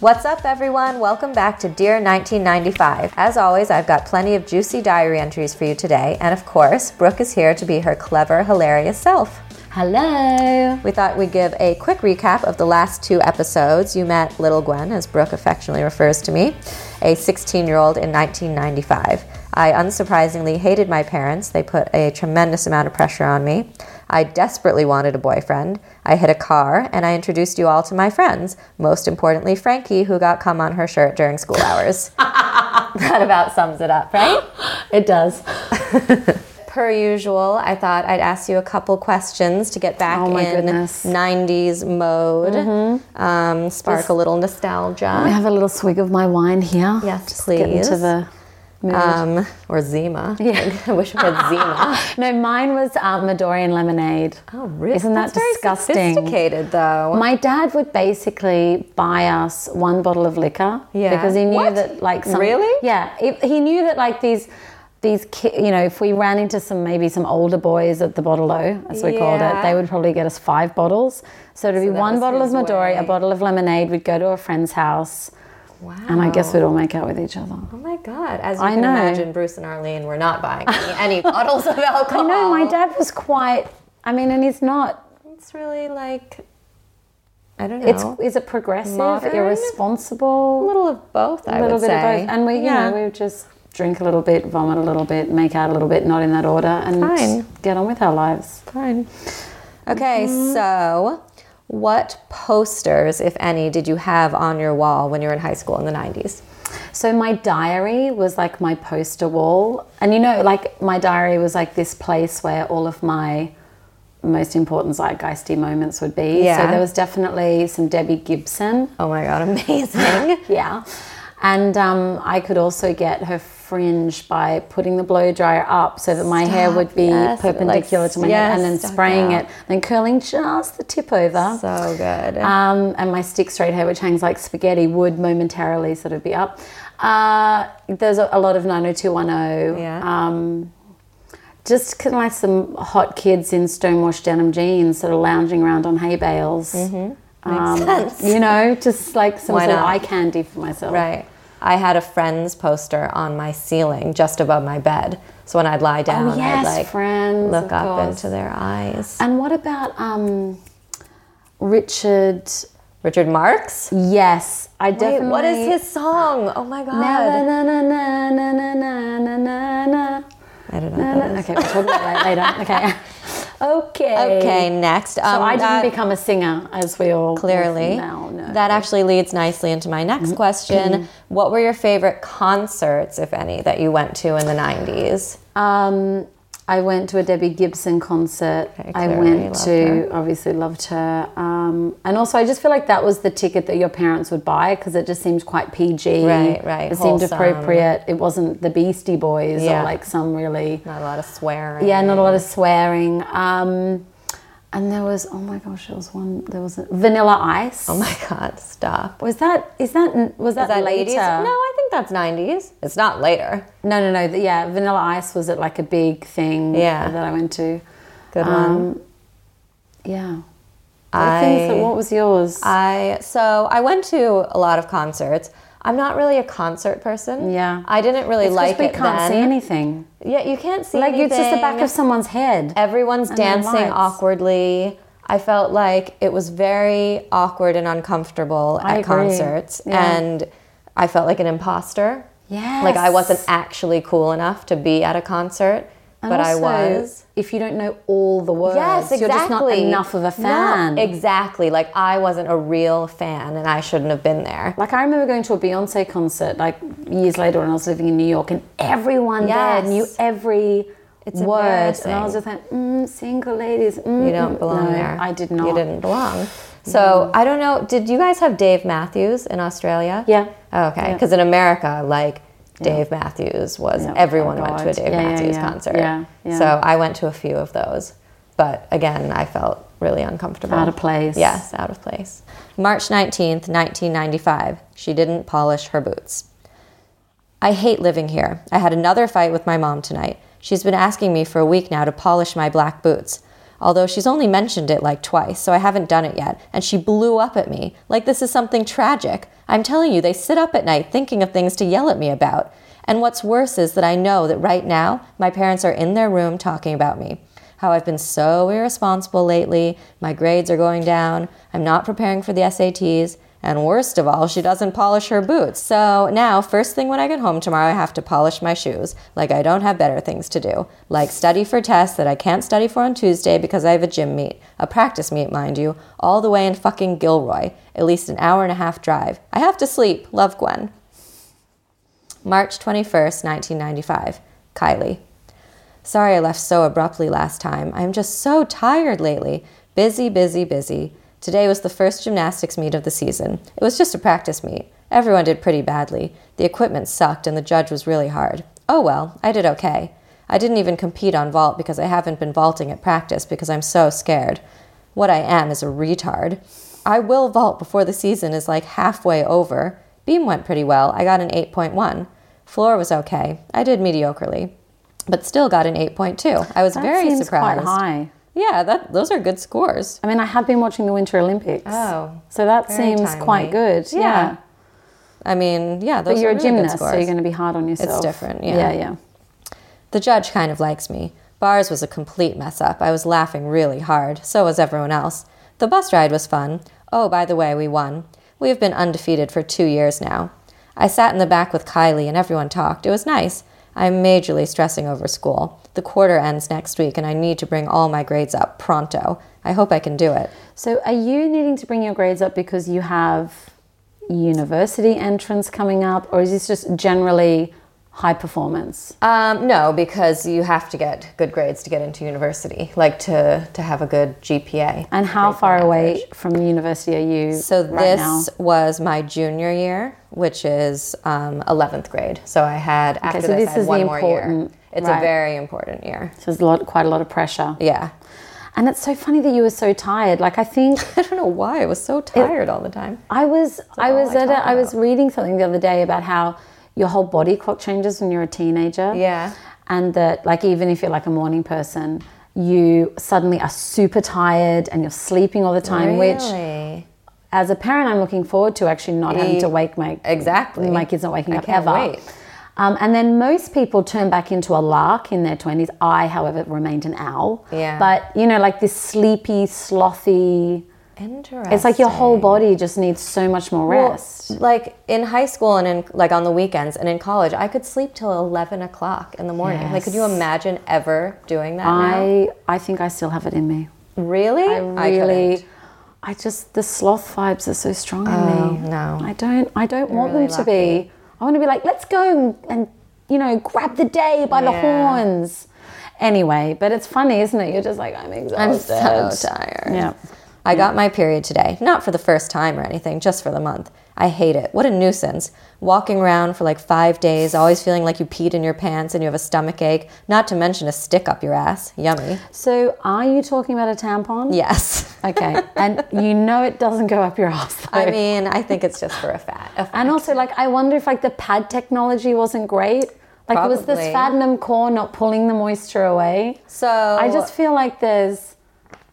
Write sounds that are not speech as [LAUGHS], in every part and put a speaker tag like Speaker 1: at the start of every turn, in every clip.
Speaker 1: What's up, everyone? Welcome back to Dear 1995. As always, I've got plenty of juicy diary entries for you today, and of course, Brooke is here to be her clever, hilarious self.
Speaker 2: Hello.
Speaker 1: We thought we'd give a quick recap of the last two episodes. You met Little Gwen, as Brooke affectionately refers to me, a 16 year old in 1995. I unsurprisingly hated my parents. They put a tremendous amount of pressure on me. I desperately wanted a boyfriend. I hit a car, and I introduced you all to my friends, most importantly, Frankie, who got cum on her shirt during school hours. that about sums it up, right?
Speaker 2: [GASPS] It does.
Speaker 1: [LAUGHS] per usual, I thought I'd ask you a couple questions to get back
Speaker 2: Oh, my
Speaker 1: in
Speaker 2: goodness. Mm-hmm.
Speaker 1: 90s mode, um, spark a little nostalgia.
Speaker 2: I have a little swig of my wine here.
Speaker 1: Yes,
Speaker 2: Just Get into
Speaker 1: please.
Speaker 2: the mood.
Speaker 1: Um, or Zima.
Speaker 2: [LAUGHS]
Speaker 1: Yeah. [LAUGHS] I wish we had Zima.
Speaker 2: Ah, no, mine was uh, Midori and lemonade.
Speaker 1: Oh, really?
Speaker 2: Isn't that
Speaker 1: That's very
Speaker 2: disgusting?
Speaker 1: sophisticated, though.
Speaker 2: My dad would basically buy us one bottle of liquor
Speaker 1: Yeah.
Speaker 2: because he knew
Speaker 1: What?
Speaker 2: that like some,
Speaker 1: Really?
Speaker 2: yeah it, he knew that like these these ki- you know if we ran into some maybe some older boys at the bottle o as we called
Speaker 1: Yeah.
Speaker 2: it they would probably get us five bottles so it'd be
Speaker 1: that
Speaker 2: one
Speaker 1: was
Speaker 2: bottle of
Speaker 1: his
Speaker 2: Midori a
Speaker 1: way.
Speaker 2: bottle of lemonade we'd go to a friend's house
Speaker 1: Wow.
Speaker 2: and I guess we'd all make out with each other
Speaker 1: Oh my God! As you
Speaker 2: I
Speaker 1: can
Speaker 2: know.
Speaker 1: imagine, Bruce and Arlene were not buying any,
Speaker 2: [LAUGHS]
Speaker 1: any bottles of alcohol.
Speaker 2: I know my dad was quite I mean and he's not
Speaker 1: It's really like, I don't know.
Speaker 2: it's is it progressive
Speaker 1: Modern? a
Speaker 2: irresponsible
Speaker 1: little of both. I
Speaker 2: a little
Speaker 1: would
Speaker 2: bit
Speaker 1: say.
Speaker 2: of both. And we, you
Speaker 1: Yeah.
Speaker 2: know, we would just drink a little bit, vomit a little bit, make out a little bit, not in that order, and
Speaker 1: Fine.
Speaker 2: get on with our lives.
Speaker 1: Fine. Okay,
Speaker 2: Mm-hmm.
Speaker 1: so what posters, if any, did you have on your wall when you were in high school in the 90s?
Speaker 2: So my diary was like my poster wall, and you know, like my diary was like this place where all of my most important zeitgeisty moments would be.
Speaker 1: Yeah.
Speaker 2: So there was definitely some Debbie Gibson.
Speaker 1: Oh my god, [LAUGHS] amazing.
Speaker 2: Yeah. And um, I could also get her fringe by putting the blow dryer up so that my hair
Speaker 1: Stop,
Speaker 2: would be
Speaker 1: yes, it would, like,
Speaker 2: perpendicular to my
Speaker 1: yes,
Speaker 2: head and then
Speaker 1: stuck
Speaker 2: spraying
Speaker 1: out.
Speaker 2: it, then curling just the tip over.
Speaker 1: so good.
Speaker 2: Um, and my stick straight hair, which hangs like spaghetti, would momentarily sort of be up. Uh, there's a, a lot of 90210.
Speaker 1: Yeah.
Speaker 2: Um, just kind of like some hot kids in stonewashed denim jeans sort of lounging around on hay bales. Um,
Speaker 1: sense.
Speaker 2: You know, just like some
Speaker 1: Mm-hmm. Why
Speaker 2: sort of
Speaker 1: not?
Speaker 2: eye candy for myself.
Speaker 1: right. I had a friend's poster on my ceiling just above my bed. So when I'd lie down,
Speaker 2: Oh, yes,
Speaker 1: I'd like
Speaker 2: friends.
Speaker 1: look
Speaker 2: of
Speaker 1: up
Speaker 2: course.
Speaker 1: into their eyes.
Speaker 2: And what about um, Richard?
Speaker 1: Richard Marx?
Speaker 2: Yes, I
Speaker 1: Wait,
Speaker 2: definitely.
Speaker 1: what is his song? Oh my
Speaker 2: Na,
Speaker 1: god.
Speaker 2: na, na, na, na, na, na, na, na, na.
Speaker 1: I don't know.
Speaker 2: Na,
Speaker 1: what that
Speaker 2: na. Okay, we'll talk
Speaker 1: [LAUGHS]
Speaker 2: about that later. Okay. Okay.
Speaker 1: is. Okay, next. Um,
Speaker 2: So I didn't
Speaker 1: that-
Speaker 2: become a singer, as we all
Speaker 1: clearly.
Speaker 2: now know.
Speaker 1: That actually leads nicely into my
Speaker 2: Mm-hmm.
Speaker 1: next question. what were your favorite concerts, if any, that you went to in the 90s?
Speaker 2: Um, I went to a Debbie Gibson concert.
Speaker 1: Okay,
Speaker 2: I
Speaker 1: clearly
Speaker 2: went
Speaker 1: loved
Speaker 2: to, obviously loved her. Um, and also, I just feel like that was the ticket that your parents would buy because it just seemed quite PG.
Speaker 1: Right, right,
Speaker 2: It
Speaker 1: wholesome.
Speaker 2: seemed appropriate. It wasn't the Beastie Boys
Speaker 1: Yeah.
Speaker 2: or like some really,
Speaker 1: Not a lot of swearing.
Speaker 2: yeah, not a lot of swearing. Um, and there was, oh my gosh, there was one, there was a, Vanilla Ice.
Speaker 1: Oh my God, stop.
Speaker 2: was that, is that, was that,
Speaker 1: Is that
Speaker 2: later?
Speaker 1: 80s? No, I think that's 90s. It's not later.
Speaker 2: No, no, no. th- Yeah, Vanilla Ice was it like a big thing
Speaker 1: Yeah.
Speaker 2: that I went to.
Speaker 1: Good
Speaker 2: Um, yeah.
Speaker 1: I-
Speaker 2: I, think so. What was yours?
Speaker 1: I so I went to a lot of concerts. I'm not really a concert person.
Speaker 2: Yeah.
Speaker 1: I didn't really
Speaker 2: It's 'cause
Speaker 1: like
Speaker 2: we
Speaker 1: it
Speaker 2: can't
Speaker 1: then.
Speaker 2: see anything.
Speaker 1: Yeah, you can't see
Speaker 2: Like it's just the back
Speaker 1: anything.
Speaker 2: of someone's head.
Speaker 1: Everyone's
Speaker 2: their
Speaker 1: dancing
Speaker 2: lights.
Speaker 1: awkwardly. I felt like it was very awkward and uncomfortable
Speaker 2: I
Speaker 1: at
Speaker 2: agree.
Speaker 1: concerts.
Speaker 2: Yeah.
Speaker 1: And I felt like an imposter.
Speaker 2: Yes.
Speaker 1: Like I wasn't actually cool enough to be at a concert,
Speaker 2: And
Speaker 1: but I
Speaker 2: also,
Speaker 1: was.
Speaker 2: If you don't know all the words,
Speaker 1: Yes, exactly.
Speaker 2: you're just not enough of a fan.
Speaker 1: No, exactly. Like I wasn't a real fan and I shouldn't have been there.
Speaker 2: Like I remember going to a Beyonce concert like years later when I was living in New York, and
Speaker 1: Yes.
Speaker 2: everyone there knew every
Speaker 1: It's
Speaker 2: word, and I
Speaker 1: embarrassing.
Speaker 2: was just like, mm, "Single ladies, mm,
Speaker 1: You don't
Speaker 2: mm."
Speaker 1: belong
Speaker 2: No,
Speaker 1: there.
Speaker 2: I did not. Mm-hmm.
Speaker 1: You didn't belong. So I don't know. Did you guys have Dave Matthews in Australia? Oh,
Speaker 2: Yeah.
Speaker 1: Okay.
Speaker 2: Yeah.
Speaker 1: Because in America, like Dave Matthews was
Speaker 2: Yeah.
Speaker 1: everyone
Speaker 2: Oh,
Speaker 1: went to a
Speaker 2: God.
Speaker 1: Dave
Speaker 2: Yeah, yeah,
Speaker 1: Matthews
Speaker 2: yeah.
Speaker 1: concert.
Speaker 2: Yeah, yeah.
Speaker 1: So I went to a few of those, but again, I felt really uncomfortable.
Speaker 2: Out of place.
Speaker 1: Yes, out of place. March nineteenth, nineteen ninety-five. She didn't polish her boots. I hate living here. I had another fight with my mom tonight. She's been asking me for a week now to polish my black boots. although she's only mentioned it like twice, so I haven't done it yet. And she blew up at me, like this is something tragic. I'm telling you, they sit up at night thinking of things to yell at me about. And what's worse is that I know that right now, my parents are in their room talking about me. How I've been so irresponsible lately, my grades are going down, I'm not preparing for the SATs, and worst of all, she doesn't polish her boots. So now, first thing when I get home tomorrow, I have to polish my shoes. Like I don't have better things to do. Like study for tests that I can't study for on Tuesday because I have a gym meet, a practice meet, mind you, all the way in fucking Gilroy, at least an hour and a half drive. I have to sleep. Love Gwen. March 21st, 1995. Kylie. Sorry I left so abruptly last time. I'm just so tired lately. Busy, busy, busy. Today was the first gymnastics meet of the season. It was just a practice meet. Everyone did pretty badly. The equipment sucked and the judge was really hard. Oh well, I did okay. I didn't even compete on vault because I haven't been vaulting at practice because I'm so scared. What I am is a retard. I will vault before the season is like halfway over. Beam went pretty well. I got an 8.1. Floor was okay. I did mediocrely, but still got an 8.2. I was
Speaker 2: That
Speaker 1: very
Speaker 2: seems
Speaker 1: surprised.
Speaker 2: quite high.
Speaker 1: Yeah, that those are good scores.
Speaker 2: I mean, I have been watching the Winter Olympics.
Speaker 1: Oh,
Speaker 2: So that
Speaker 1: very
Speaker 2: seems
Speaker 1: timely.
Speaker 2: quite good. Yeah.
Speaker 1: Yeah. I mean, yeah, those
Speaker 2: But you're
Speaker 1: are
Speaker 2: a
Speaker 1: really
Speaker 2: gymnast,
Speaker 1: good
Speaker 2: so you're
Speaker 1: scores.
Speaker 2: going to be hard on yourself.
Speaker 1: different, yeah.
Speaker 2: Yeah, yeah.
Speaker 1: The judge kind of likes me. Bars was a complete mess up. I was laughing really hard. So was everyone else. The bus ride was fun. Oh, by the way, we won. We have been undefeated for two years now. I sat in the back with Kylie and everyone talked. It was nice. I'm majorly stressing over school. The quarter ends next week and I need to bring all my grades up pronto. I hope I can do it.
Speaker 2: So are you needing to bring your grades up because you have university entrance coming up, or is this just generally high performance?
Speaker 1: Um, no, because you have to get good grades to get into university, like to, to have a good GPA.
Speaker 2: And how far away from university are you
Speaker 1: So
Speaker 2: right now?
Speaker 1: this was my junior year, which is um, 11th grade. So I had after
Speaker 2: so
Speaker 1: this,
Speaker 2: this
Speaker 1: I had
Speaker 2: is the
Speaker 1: one more year.
Speaker 2: important-
Speaker 1: It's a
Speaker 2: right.
Speaker 1: very important year.
Speaker 2: So there's a lot, quite a lot of pressure.
Speaker 1: Yeah. [LAUGHS]
Speaker 2: And it's so funny that you were so tired. Like I think
Speaker 1: I don't know why I was so tired all the time.
Speaker 2: I was I
Speaker 1: all
Speaker 2: was
Speaker 1: I
Speaker 2: at
Speaker 1: talk
Speaker 2: a, I was reading something the other day about how your whole body clock changes when you're a teenager.
Speaker 1: Yeah.
Speaker 2: And that like even if you're like a morning person, you suddenly are super tired and you're sleeping all the time, which
Speaker 1: Really?
Speaker 2: as a parent I'm looking forward to actually not having to wake my
Speaker 1: Exactly.
Speaker 2: my kids not waking up
Speaker 1: can't
Speaker 2: ever.
Speaker 1: wait.
Speaker 2: Um, and then most people turn back into a lark in their 20s. I, however, remained an owl.
Speaker 1: Yeah.
Speaker 2: But, you know, like this sleepy, slothy,
Speaker 1: Interesting.
Speaker 2: it's like your whole body just needs so much more
Speaker 1: Well,
Speaker 2: rest.
Speaker 1: like in high school and in like on the weekends and in college, I could sleep till eleven o'clock in the morning. Like, could you
Speaker 2: Yes.
Speaker 1: imagine ever doing that now?
Speaker 2: I, I think I still have it in me.
Speaker 1: Really?
Speaker 2: I really, I, just, the sloth vibes are so strong in me.
Speaker 1: Oh, no.
Speaker 2: I don't, I don't want
Speaker 1: really
Speaker 2: them to
Speaker 1: lucky.
Speaker 2: be. I want to be like, let's go and, and, you know, grab the day by the
Speaker 1: Yeah.
Speaker 2: horns. Anyway, but it's funny, isn't it? You're just like, I'm
Speaker 1: I'm
Speaker 2: exhausted.
Speaker 1: so tired.
Speaker 2: Yeah.
Speaker 1: I got my period today, not for the first time or anything, just for the month. I hate it. What a nuisance. Walking around for like five days, always feeling like you peed in your pants and you have a stomach ache, not to mention a stick up your ass. Yummy.
Speaker 2: So, are you talking about a tampon? [LAUGHS]
Speaker 1: Yes.
Speaker 2: Okay. And you know it doesn't go
Speaker 1: [LAUGHS]
Speaker 2: up your ass. Though.
Speaker 1: I mean, I think it's just for a fat. A fat.
Speaker 2: and also, like, I wonder if like the pad technology wasn't great. Like, was this
Speaker 1: Probably.
Speaker 2: Fadenum core not pulling the moisture away?
Speaker 1: So
Speaker 2: I just feel like there's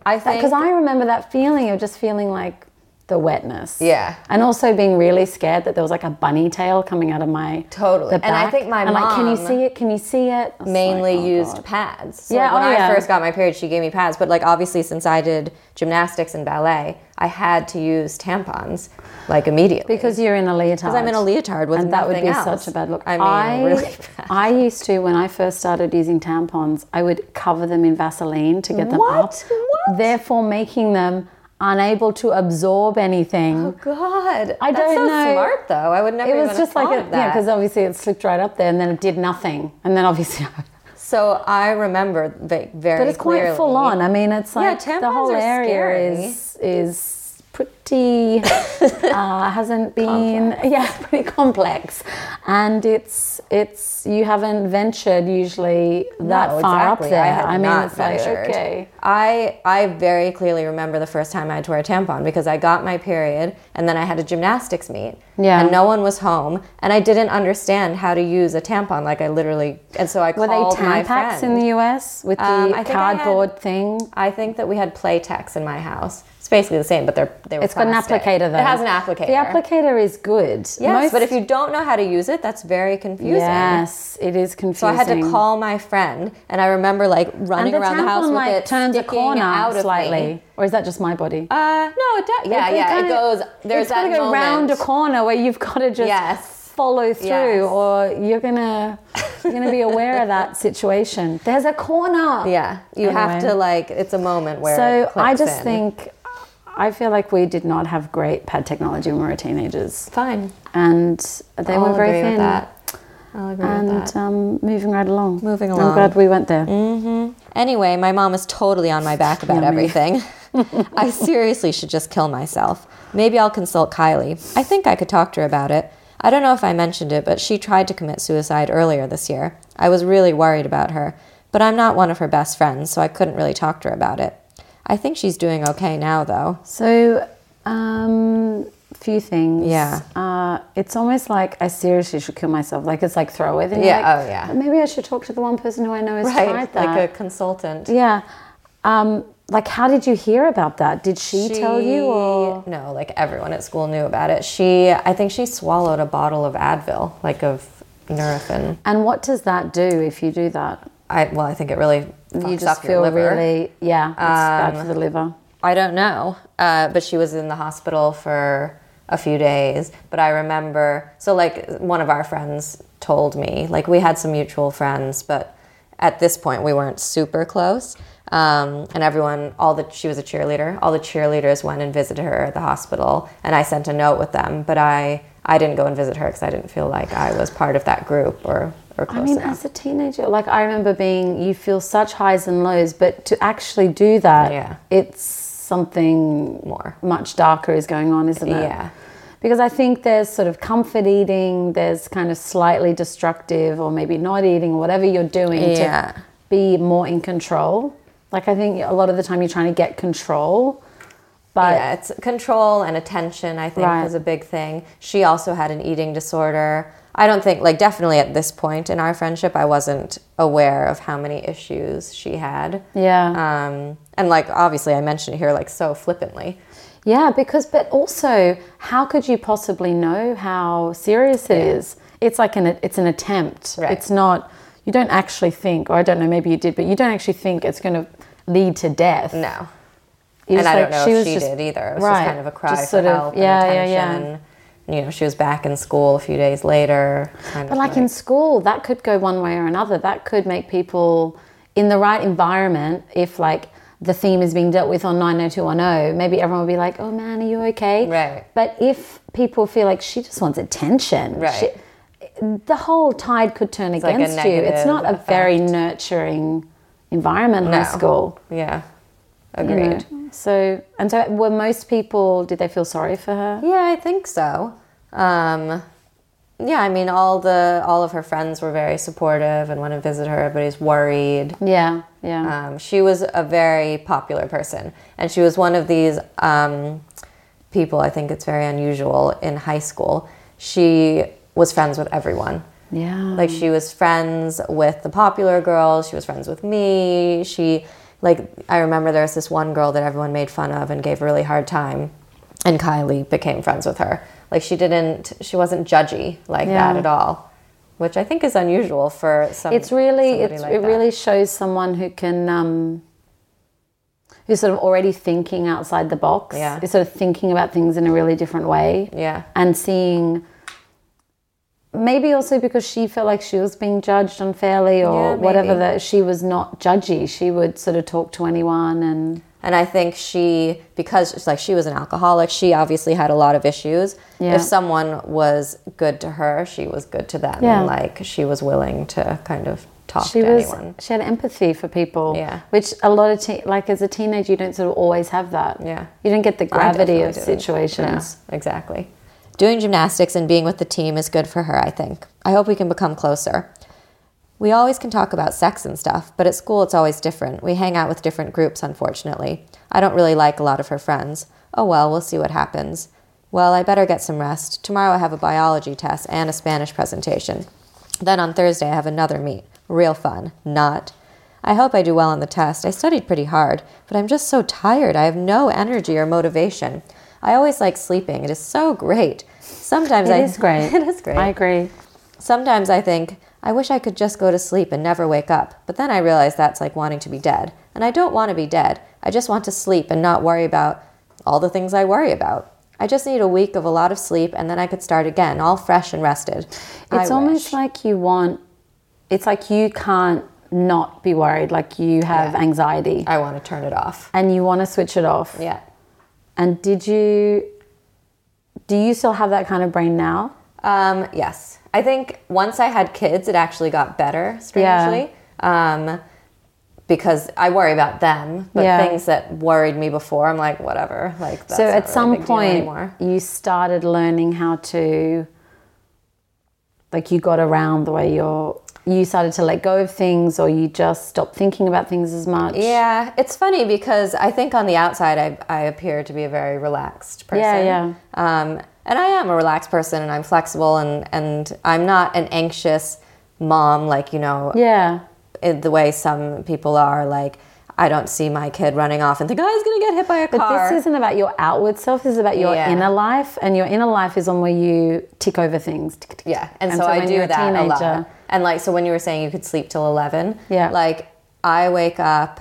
Speaker 1: I think
Speaker 2: because I remember that feeling of just feeling like the wetness.
Speaker 1: Yeah.
Speaker 2: And also being really scared that there was like a bunny tail coming out of my
Speaker 1: Totally.
Speaker 2: the
Speaker 1: And I
Speaker 2: back.
Speaker 1: think my
Speaker 2: and like, can you
Speaker 1: mom
Speaker 2: see it? Can you see it? I was
Speaker 1: mainly
Speaker 2: like, oh,
Speaker 1: used
Speaker 2: God.
Speaker 1: pads. So
Speaker 2: Yeah,
Speaker 1: like, when
Speaker 2: oh,
Speaker 1: I
Speaker 2: yeah.
Speaker 1: first got my period, she gave me pads. But like obviously, since I did gymnastics and ballet, I had to use tampons like immediately
Speaker 2: because you're in a leotard.
Speaker 1: because I'm in a leotard with
Speaker 2: and that would
Speaker 1: nothing
Speaker 2: be
Speaker 1: else.
Speaker 2: such a bad look.
Speaker 1: I mean, Oh, really [LAUGHS] bad.
Speaker 2: I used to when I first started using tampons, I would cover them in Vaseline to get them
Speaker 1: What?
Speaker 2: up,
Speaker 1: What?
Speaker 2: therefore making them unable to absorb anything.
Speaker 1: Oh God,
Speaker 2: I
Speaker 1: That's so
Speaker 2: don't know.
Speaker 1: Smart though, I would never.
Speaker 2: it was
Speaker 1: even
Speaker 2: just
Speaker 1: have
Speaker 2: like
Speaker 1: Oh, thought of
Speaker 2: a, yeah,
Speaker 1: that.
Speaker 2: because obviously it slipped right up there, and then it did nothing, and then obviously. [LAUGHS]
Speaker 1: so I remember ve- very.
Speaker 2: But it's quite
Speaker 1: clearly-
Speaker 2: full on. I mean, it's like the
Speaker 1: tampons
Speaker 2: whole
Speaker 1: are
Speaker 2: area
Speaker 1: scary.
Speaker 2: is is
Speaker 1: [LAUGHS]
Speaker 2: pretty uh, hasn't been yeah [LAUGHS] pretty complex, and it's it's you haven't ventured usually that
Speaker 1: No,
Speaker 2: far
Speaker 1: exactly.
Speaker 2: up there.
Speaker 1: I had
Speaker 2: mean,
Speaker 1: not
Speaker 2: it's
Speaker 1: ventured.
Speaker 2: like okay,
Speaker 1: I I very clearly remember the first time I had to wear a tampon because I got my period and then I had a gymnastics meet.
Speaker 2: Yeah.
Speaker 1: And no one was home and I didn't understand how to use a tampon. Like I literally and so I
Speaker 2: were they
Speaker 1: called my
Speaker 2: Tampax
Speaker 1: friend.
Speaker 2: in the US with the
Speaker 1: Um, I think I had-
Speaker 2: cardboard thing?
Speaker 1: I think that we had Playtex in my house. It's basically the same, but they're they were.
Speaker 2: It's got an
Speaker 1: plastic.
Speaker 2: applicator though.
Speaker 1: It has an applicator.
Speaker 2: The applicator is good.
Speaker 1: Yes,
Speaker 2: Most-
Speaker 1: but if you don't know how to use it, that's very confusing.
Speaker 2: yes, it is confusing.
Speaker 1: So I had to call my friend, and I remember like running
Speaker 2: and the
Speaker 1: around the house
Speaker 2: tampon,
Speaker 1: with
Speaker 2: like,
Speaker 1: it
Speaker 2: turns a
Speaker 1: sticking
Speaker 2: corner
Speaker 1: out of
Speaker 2: slightly,
Speaker 1: Me.
Speaker 2: or is that just my body?
Speaker 1: Uh, no, it does. Yeah,
Speaker 2: It- it
Speaker 1: yeah, it
Speaker 2: kinda-
Speaker 1: goes. There's
Speaker 2: it's
Speaker 1: that
Speaker 2: gotta go
Speaker 1: moment.
Speaker 2: round a corner where you've got to just
Speaker 1: Yes.
Speaker 2: follow through,
Speaker 1: Yes.
Speaker 2: or you're gonna you're gonna be aware of
Speaker 1: [LAUGHS]
Speaker 2: that situation. There's a corner.
Speaker 1: Yeah, you have
Speaker 2: Anyway.
Speaker 1: to like. It's a moment where.
Speaker 2: So
Speaker 1: it
Speaker 2: I
Speaker 1: clicks
Speaker 2: just
Speaker 1: in.
Speaker 2: think I feel like we did not have great pad technology when we were teenagers,
Speaker 1: fine.
Speaker 2: and they
Speaker 1: I'll
Speaker 2: were very
Speaker 1: agree
Speaker 2: thin.
Speaker 1: with that. I'll agree with that.
Speaker 2: And um, moving right along.
Speaker 1: Moving
Speaker 2: I'm
Speaker 1: along.
Speaker 2: glad we went there.
Speaker 1: Anyway, my mom is totally on my back about
Speaker 2: Yummy.
Speaker 1: everything. [LAUGHS] I seriously should just kill myself. Maybe I'll consult Kylie. I think I could talk to her about it. I don't know if I mentioned it, but she tried to commit suicide earlier this year. I was really worried about her, but I'm not one of her best friends, so I couldn't really talk to her about it. I think she's doing okay now, though.
Speaker 2: So, um, few things.
Speaker 1: Yeah.
Speaker 2: Uh, it's almost like I seriously should kill myself. Like it's like throw it. And you're
Speaker 1: Yeah,
Speaker 2: like,
Speaker 1: oh, yeah.
Speaker 2: Maybe I should talk to the one person who I know has tried that.
Speaker 1: like a consultant.
Speaker 2: yeah. Um, like how did you hear about that? Did she, tell you or?
Speaker 1: no? Like everyone at school knew about it. She, I think she swallowed a bottle of Advil, like of Nurofen.
Speaker 2: And what does that do if you do that?
Speaker 1: I well, I think it really fucks
Speaker 2: you just
Speaker 1: up your
Speaker 2: feel
Speaker 1: liver.
Speaker 2: really yeah. It's bad for the liver.
Speaker 1: I don't know, uh, but she was in the hospital for a few days. But I remember, so like one of our friends told me, like we had some mutual friends, but at this point we weren't super close. Um, and everyone, all the she was a cheerleader. All the cheerleaders went and visited her at the hospital, and I sent a note with them. But I, I didn't go and visit her because I didn't feel like I was part of that group or or close
Speaker 2: I mean,
Speaker 1: enough.
Speaker 2: as a teenager, like I remember being, you feel such highs and lows, but to actually do that,
Speaker 1: Yeah.
Speaker 2: it's something
Speaker 1: More.
Speaker 2: much darker is going on, isn't it?
Speaker 1: Yeah.
Speaker 2: Because I think there's sort of comfort eating, there's kind of slightly destructive, or maybe not eating, whatever you're doing
Speaker 1: Yeah.
Speaker 2: to be more in control. Like I think a lot of the time you're trying to get control, but
Speaker 1: yeah, Uh, it's control and attention. I think
Speaker 2: Right.
Speaker 1: was a big thing. She also had an eating disorder. I don't think, like, definitely at this point in our friendship, I wasn't aware of how many issues she had.
Speaker 2: yeah,
Speaker 1: Um, and like, obviously, I mentioned it here like so flippantly.
Speaker 2: yeah. Because, but also, how could you possibly know how serious it is? It's like an it's an attempt.
Speaker 1: Right.
Speaker 2: It's not. You don't actually think, or I don't know. Maybe you did, but you don't actually think it's going to lead to death.
Speaker 1: No, and
Speaker 2: You're just
Speaker 1: I
Speaker 2: like-
Speaker 1: don't know
Speaker 2: she
Speaker 1: if
Speaker 2: was
Speaker 1: she
Speaker 2: just-
Speaker 1: did either. It was
Speaker 2: right,
Speaker 1: just kind of a cry
Speaker 2: just
Speaker 1: for
Speaker 2: sort of-
Speaker 1: help
Speaker 2: yeah, yeah,
Speaker 1: and
Speaker 2: yeah.
Speaker 1: attention. You know, she was back in school a few days later. Kind
Speaker 2: But like in school, that could go one way or another. That could make people in the right environment, if like the theme is being dealt with on 90210, maybe everyone would be like, oh man, are you okay?
Speaker 1: Right.
Speaker 2: But if people feel like she just wants attention,
Speaker 1: Right.
Speaker 2: she- the whole tide could turn
Speaker 1: like a
Speaker 2: against you.
Speaker 1: negative
Speaker 2: It's not a very nurturing environment in
Speaker 1: No.
Speaker 2: school.
Speaker 1: yeah,
Speaker 2: you
Speaker 1: agreed.
Speaker 2: know. So, and so were most people, did they feel sorry for her?
Speaker 1: Yeah, I think so. Um, yeah, I mean, all the all of her friends were very supportive and went to visit her. Everybody's worried.
Speaker 2: Yeah, yeah.
Speaker 1: Um, she was a very popular person, and she was one of these um, people. I think it's very unusual in high school. She was friends with everyone.
Speaker 2: yeah.
Speaker 1: Like she was friends with the popular girls. She was friends with me. She like I remember there was this one girl that everyone made fun of and gave a really hard time, and Kylie became friends with her. Like she didn't. She wasn't judgy like that
Speaker 2: Yeah.
Speaker 1: at all, which I think is unusual for some.
Speaker 2: it's really
Speaker 1: somebody
Speaker 2: it's,
Speaker 1: like
Speaker 2: it
Speaker 1: that.
Speaker 2: really shows someone who can um, who's sort of already thinking outside the box
Speaker 1: Yeah.
Speaker 2: is sort of thinking about things in a really different way
Speaker 1: Yeah.
Speaker 2: and seeing maybe also because she felt like she was being judged unfairly or
Speaker 1: Yeah,
Speaker 2: whatever
Speaker 1: maybe.
Speaker 2: that she was not judgy she would sort of talk to anyone and
Speaker 1: And I think she, because like she was an alcoholic, she obviously had a lot of issues.
Speaker 2: Yeah.
Speaker 1: If someone was good to her, she was good to them.
Speaker 2: Yeah.
Speaker 1: And like she was willing to kind of talk
Speaker 2: she
Speaker 1: to
Speaker 2: was
Speaker 1: anyone.
Speaker 2: she had empathy for people
Speaker 1: Yeah.
Speaker 2: which a lot of te- like as a teenager you don't sort of always have that
Speaker 1: Yeah.
Speaker 2: you don't get the
Speaker 1: I
Speaker 2: gravity
Speaker 1: definitely
Speaker 2: of
Speaker 1: didn't.
Speaker 2: situations
Speaker 1: Yeah, exactly. Doing gymnastics and being with the team is good for her, I think. I hope we can become closer. We always can talk about sex and stuff, but at school it's always different. We hang out with different groups, unfortunately. I don't really like a lot of her friends. Oh well, we'll see what happens. Well, I better get some rest. Tomorrow I have a biology test and a Spanish presentation. Then on Thursday I have another meet. Real fun. Not. I hope I do well on the test. I studied pretty hard, but I'm just so tired. I have no energy or motivation. I always like sleeping. It is so great. Sometimes I
Speaker 2: it is great
Speaker 1: [LAUGHS] it is great.
Speaker 2: i agree
Speaker 1: Sometimes I think, I wish I could just go to sleep and never wake up, but then I realize that's like wanting to be dead. And I don't want to be dead. I just want to sleep and not worry about all the things I worry about. I just need a week of a lot of sleep and then I could start again, all fresh and rested.
Speaker 2: it's almost like you want it's like you can't not be worried like you have
Speaker 1: Yeah.
Speaker 2: anxiety
Speaker 1: I want to turn it off.
Speaker 2: and you want to switch it off
Speaker 1: Yeah.
Speaker 2: and did you do you still have that kind of brain now
Speaker 1: Um, yes. I think once I had kids, it actually got better, strangely. Um, because I worry about them, but
Speaker 2: Yeah.
Speaker 1: things that worried me before, I'm like, whatever. Like, that's
Speaker 2: so
Speaker 1: not
Speaker 2: at
Speaker 1: really a
Speaker 2: some
Speaker 1: big deal
Speaker 2: point
Speaker 1: anymore.
Speaker 2: you started learning how to like you got around the way you're you started to let go of things or you just stopped thinking about things as much
Speaker 1: Yeah, it's funny because I think on the outside I, I appear to be a very relaxed person.
Speaker 2: yeah.
Speaker 1: Um, and I am a relaxed person and I'm flexible and, and I'm not an anxious mom like, you know,
Speaker 2: yeah
Speaker 1: in the way some people are. Like, I don't see my kid running off and think, oh, he's going to get hit by a
Speaker 2: But
Speaker 1: car.
Speaker 2: this isn't about your outward self. This is about your
Speaker 1: Yeah.
Speaker 2: inner life, and your inner life is on where you tick over things. Tick, tick, tick.
Speaker 1: yeah, and, so, I
Speaker 2: when you're
Speaker 1: do
Speaker 2: a
Speaker 1: that a,
Speaker 2: teenager-
Speaker 1: lot. And like, so when you were saying you could sleep till 11,
Speaker 2: Yeah.
Speaker 1: like I wake up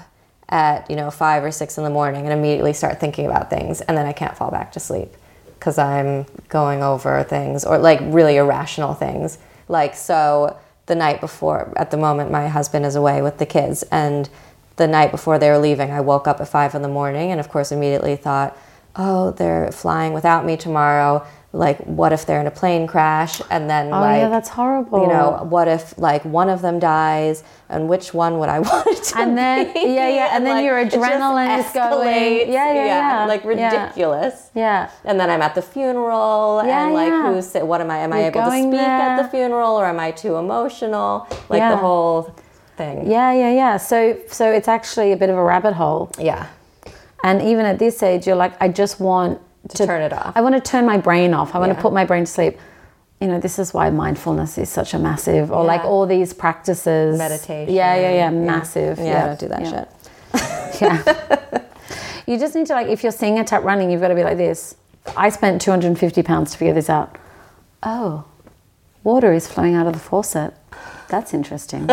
Speaker 1: at, you know, five or six in the morning and immediately start thinking about things and then I can't fall back to sleep because I'm going over things or like really irrational things. Like, so the night before, at the moment, my husband is away with the kids and the night before they were leaving, I woke up at five in the morning and of course immediately thought, oh, they're flying without me tomorrow. Like, what if they're in a plane crash? And then
Speaker 2: Oh
Speaker 1: like
Speaker 2: yeah, that's horrible.
Speaker 1: you know, what if like one of them dies and which one would I [LAUGHS] want it to
Speaker 2: And then-
Speaker 1: be?
Speaker 2: yeah, yeah, and then your
Speaker 1: it just
Speaker 2: adrenaline is going-
Speaker 1: escalates.
Speaker 2: Yeah, yeah, yeah.
Speaker 1: Like
Speaker 2: Yeah.
Speaker 1: ridiculous.
Speaker 2: yeah,
Speaker 1: And then I'm at the funeral
Speaker 2: Yeah,
Speaker 1: and like
Speaker 2: yeah.
Speaker 1: who's what am I am I
Speaker 2: You're
Speaker 1: able to
Speaker 2: going
Speaker 1: speak at
Speaker 2: there.
Speaker 1: the funeral or am I too emotional? Like
Speaker 2: Yeah.
Speaker 1: the whole thing.
Speaker 2: yeah, yeah, yeah. So, so it's actually a bit of a rabbit hole.
Speaker 1: Yeah.
Speaker 2: And even at this age, you're like, I just want to,
Speaker 1: turn it off.
Speaker 2: I want to turn my brain off. I want to
Speaker 1: Yeah.
Speaker 2: put my brain to sleep. You know, this is why mindfulness is such a massive, or like
Speaker 1: Yeah.
Speaker 2: all these practices,
Speaker 1: Meditation.
Speaker 2: Yeah, yeah, yeah, massive.
Speaker 1: Yeah, I don't do that
Speaker 2: yeah.
Speaker 1: shit.
Speaker 2: Yeah. [LAUGHS] you just need to like if you're seeing a tap running, you've got to be like this. I spent 250 pounds to figure this out. Oh, water is flowing out of the faucet. That's
Speaker 1: [LAUGHS]
Speaker 2: interesting.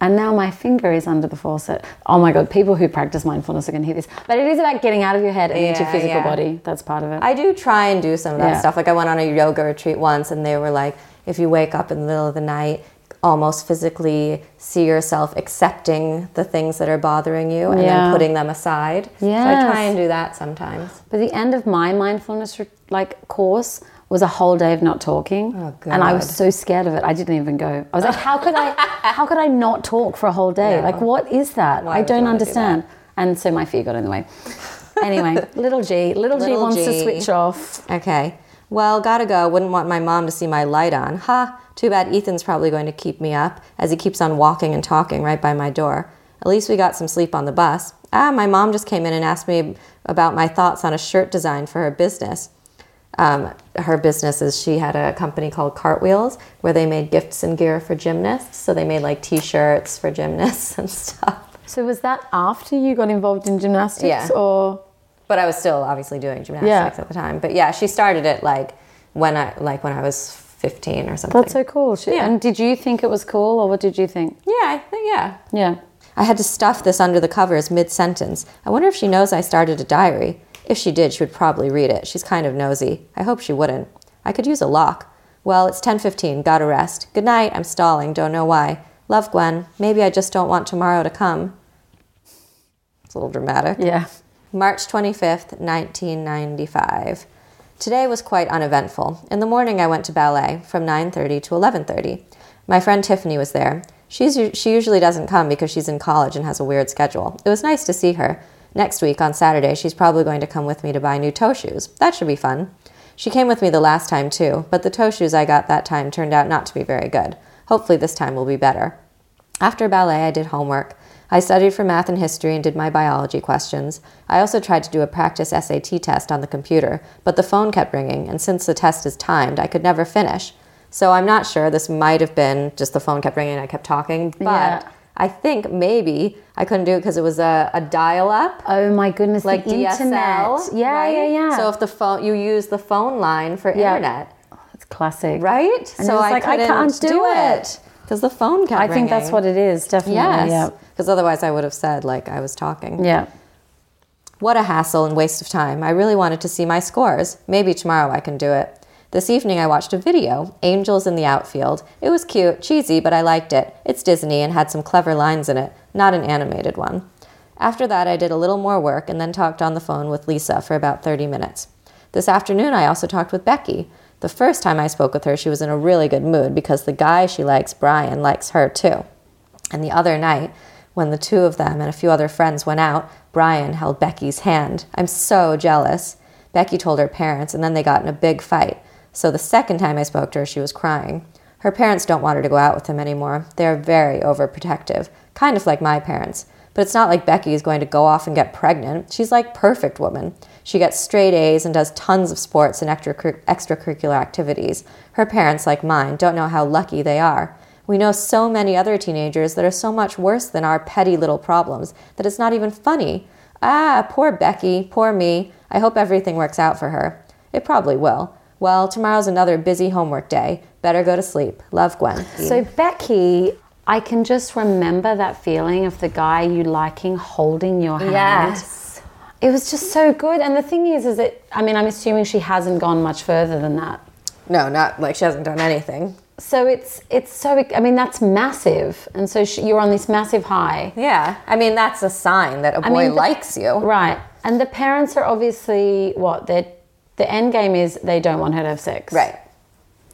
Speaker 2: and now my finger is under the faucet. Oh my god, people who practice mindfulness are going to hear this. But it is about getting out of your head and into your
Speaker 1: Yeah,
Speaker 2: physical
Speaker 1: yeah.
Speaker 2: body. That's part of it.
Speaker 1: I do try and do some of that
Speaker 2: Yeah.
Speaker 1: stuff. Like I went on a yoga retreat once, and they were like, if you wake up in the middle of the night, almost physically see yourself accepting the things that are bothering you and
Speaker 2: Yeah.
Speaker 1: then putting them aside. So I try
Speaker 2: Yes.
Speaker 1: and do that sometimes.
Speaker 2: But the end of my mindfulness re- like course was a whole day of not talking,
Speaker 1: Oh,
Speaker 2: and I was
Speaker 1: God.
Speaker 2: so scared of it. I didn't even go. I was like, how could [LAUGHS] I? How could I not talk for a whole day?
Speaker 1: No.
Speaker 2: Like, what is that?
Speaker 1: Why
Speaker 2: I
Speaker 1: would you
Speaker 2: don't
Speaker 1: wanna do that?
Speaker 2: understand. and so my fear got in the way. [LAUGHS] Anyway, little G, little, G
Speaker 1: Little
Speaker 2: wants to
Speaker 1: G.
Speaker 2: switch off.
Speaker 1: Okay. Well, gotta go. Wouldn't want my mom to see my light on. Ha! Too bad Ethan's probably going to keep me up as he keeps on walking and talking right by my door. At least we got some sleep on the bus. Ah, my mom just came in and asked me about my thoughts on a shirt design for her business. Um, her business is she had a company called Cartwheels where they made gifts and gear for gymnasts. So they made like t shirts for gymnasts [LAUGHS] and stuff.
Speaker 2: So was that after you got involved in gymnastics,
Speaker 1: Yeah.
Speaker 2: or
Speaker 1: But I was still obviously doing gymnastics at the time. But yeah, she started it like when I like when I was 15 or something.
Speaker 2: that's so cool? She-
Speaker 1: Yeah.
Speaker 2: And did you think it was cool, or what did you think?
Speaker 1: Yeah, I think, yeah.
Speaker 2: Yeah.
Speaker 1: I had to stuff this under the covers mid sentence. I wonder if she knows I started a diary. If she did, she would probably read it. She's kind of nosy. I hope she wouldn't. I could use a lock. Well, it's 10:15. Got to rest. Good night. I'm stalling. Don't know why. Love Gwen. Maybe I just don't want tomorrow to come. It's a little dramatic.
Speaker 2: Yeah.
Speaker 1: March 25th, 1995. Today was quite uneventful. In the morning I went to ballet from 9:30 to 11:30. My friend Tiffany was there. She's, u- she usually doesn't come because she's in college and has a weird schedule. It was nice to see her. Next week, on Saturday, she's probably going to come with me to buy new toe shoes. That should be fun. She came with me the last time, too, but the toe shoes I got that time turned out not to be very good. Hopefully, this time will be better. After ballet, I did homework. I studied for math and history and did my biology questions. I also tried to do a practice SAT test on the computer, but the phone kept ringing, and since the test is timed, I could never finish. So I'm not sure. This might have been just the phone kept ringing and I kept talking, but
Speaker 2: Yeah.
Speaker 1: I think maybe I couldn't do it because it was a, a dial up.
Speaker 2: Oh my goodness,
Speaker 1: Like
Speaker 2: the internet.
Speaker 1: DSL,
Speaker 2: Yeah,
Speaker 1: right?
Speaker 2: yeah, yeah.
Speaker 1: So if the phone, you use the phone line for
Speaker 2: Yeah.
Speaker 1: internet,
Speaker 2: it's classic.
Speaker 1: right?
Speaker 2: And
Speaker 1: so
Speaker 2: it's like, I can't do it.
Speaker 1: because the phone kept
Speaker 2: I think
Speaker 1: ringing.
Speaker 2: that's what it is, definitely.
Speaker 1: Yes.
Speaker 2: Yeah.
Speaker 1: Because otherwise, I would have said, like, I was talking.
Speaker 2: Yeah.
Speaker 1: What a hassle and waste of time. I really wanted to see my scores. Maybe tomorrow I can do it. This evening, I watched a video, Angels in the Outfield. It was cute, cheesy, but I liked it. It's Disney and had some clever lines in it, not an animated one. After that, I did a little more work and then talked on the phone with Lisa for about 30 minutes. This afternoon, I also talked with Becky. The first time I spoke with her, she was in a really good mood because the guy she likes, Brian, likes her too. And the other night, when the two of them and a few other friends went out, Brian held Becky's hand. I'm so jealous. Becky told her parents, and then they got in a big fight. So the second time I spoke to her, she was crying. Her parents don't want her to go out with him anymore. They're very overprotective, kind of like my parents. But it's not like Becky is going to go off and get pregnant. She's like perfect woman. She gets straight A's and does tons of sports and extracur- extracurricular activities. Her parents, like mine, don't know how lucky they are. We know so many other teenagers that are so much worse than our petty little problems that it's not even funny. Ah, poor Becky, poor me. I hope everything works out for her. It probably will. Well, tomorrow's another busy homework day. Better go to sleep. Love Gwen.
Speaker 2: So, Becky, I can just remember that feeling of the guy you liking holding your hand.
Speaker 1: Yes.
Speaker 2: It was just so good. And the thing is, is it, I mean, I'm assuming she hasn't gone much further than that.
Speaker 1: no, not like she hasn't done anything.
Speaker 2: So it's it's so I mean that's massive, and so she, you're on this massive high,
Speaker 1: Yeah. I mean, that's a sign that a boy
Speaker 2: mean, the-
Speaker 1: likes you.
Speaker 2: right? And the parents are obviously what they the end game is they don't want her to have sex,
Speaker 1: Right.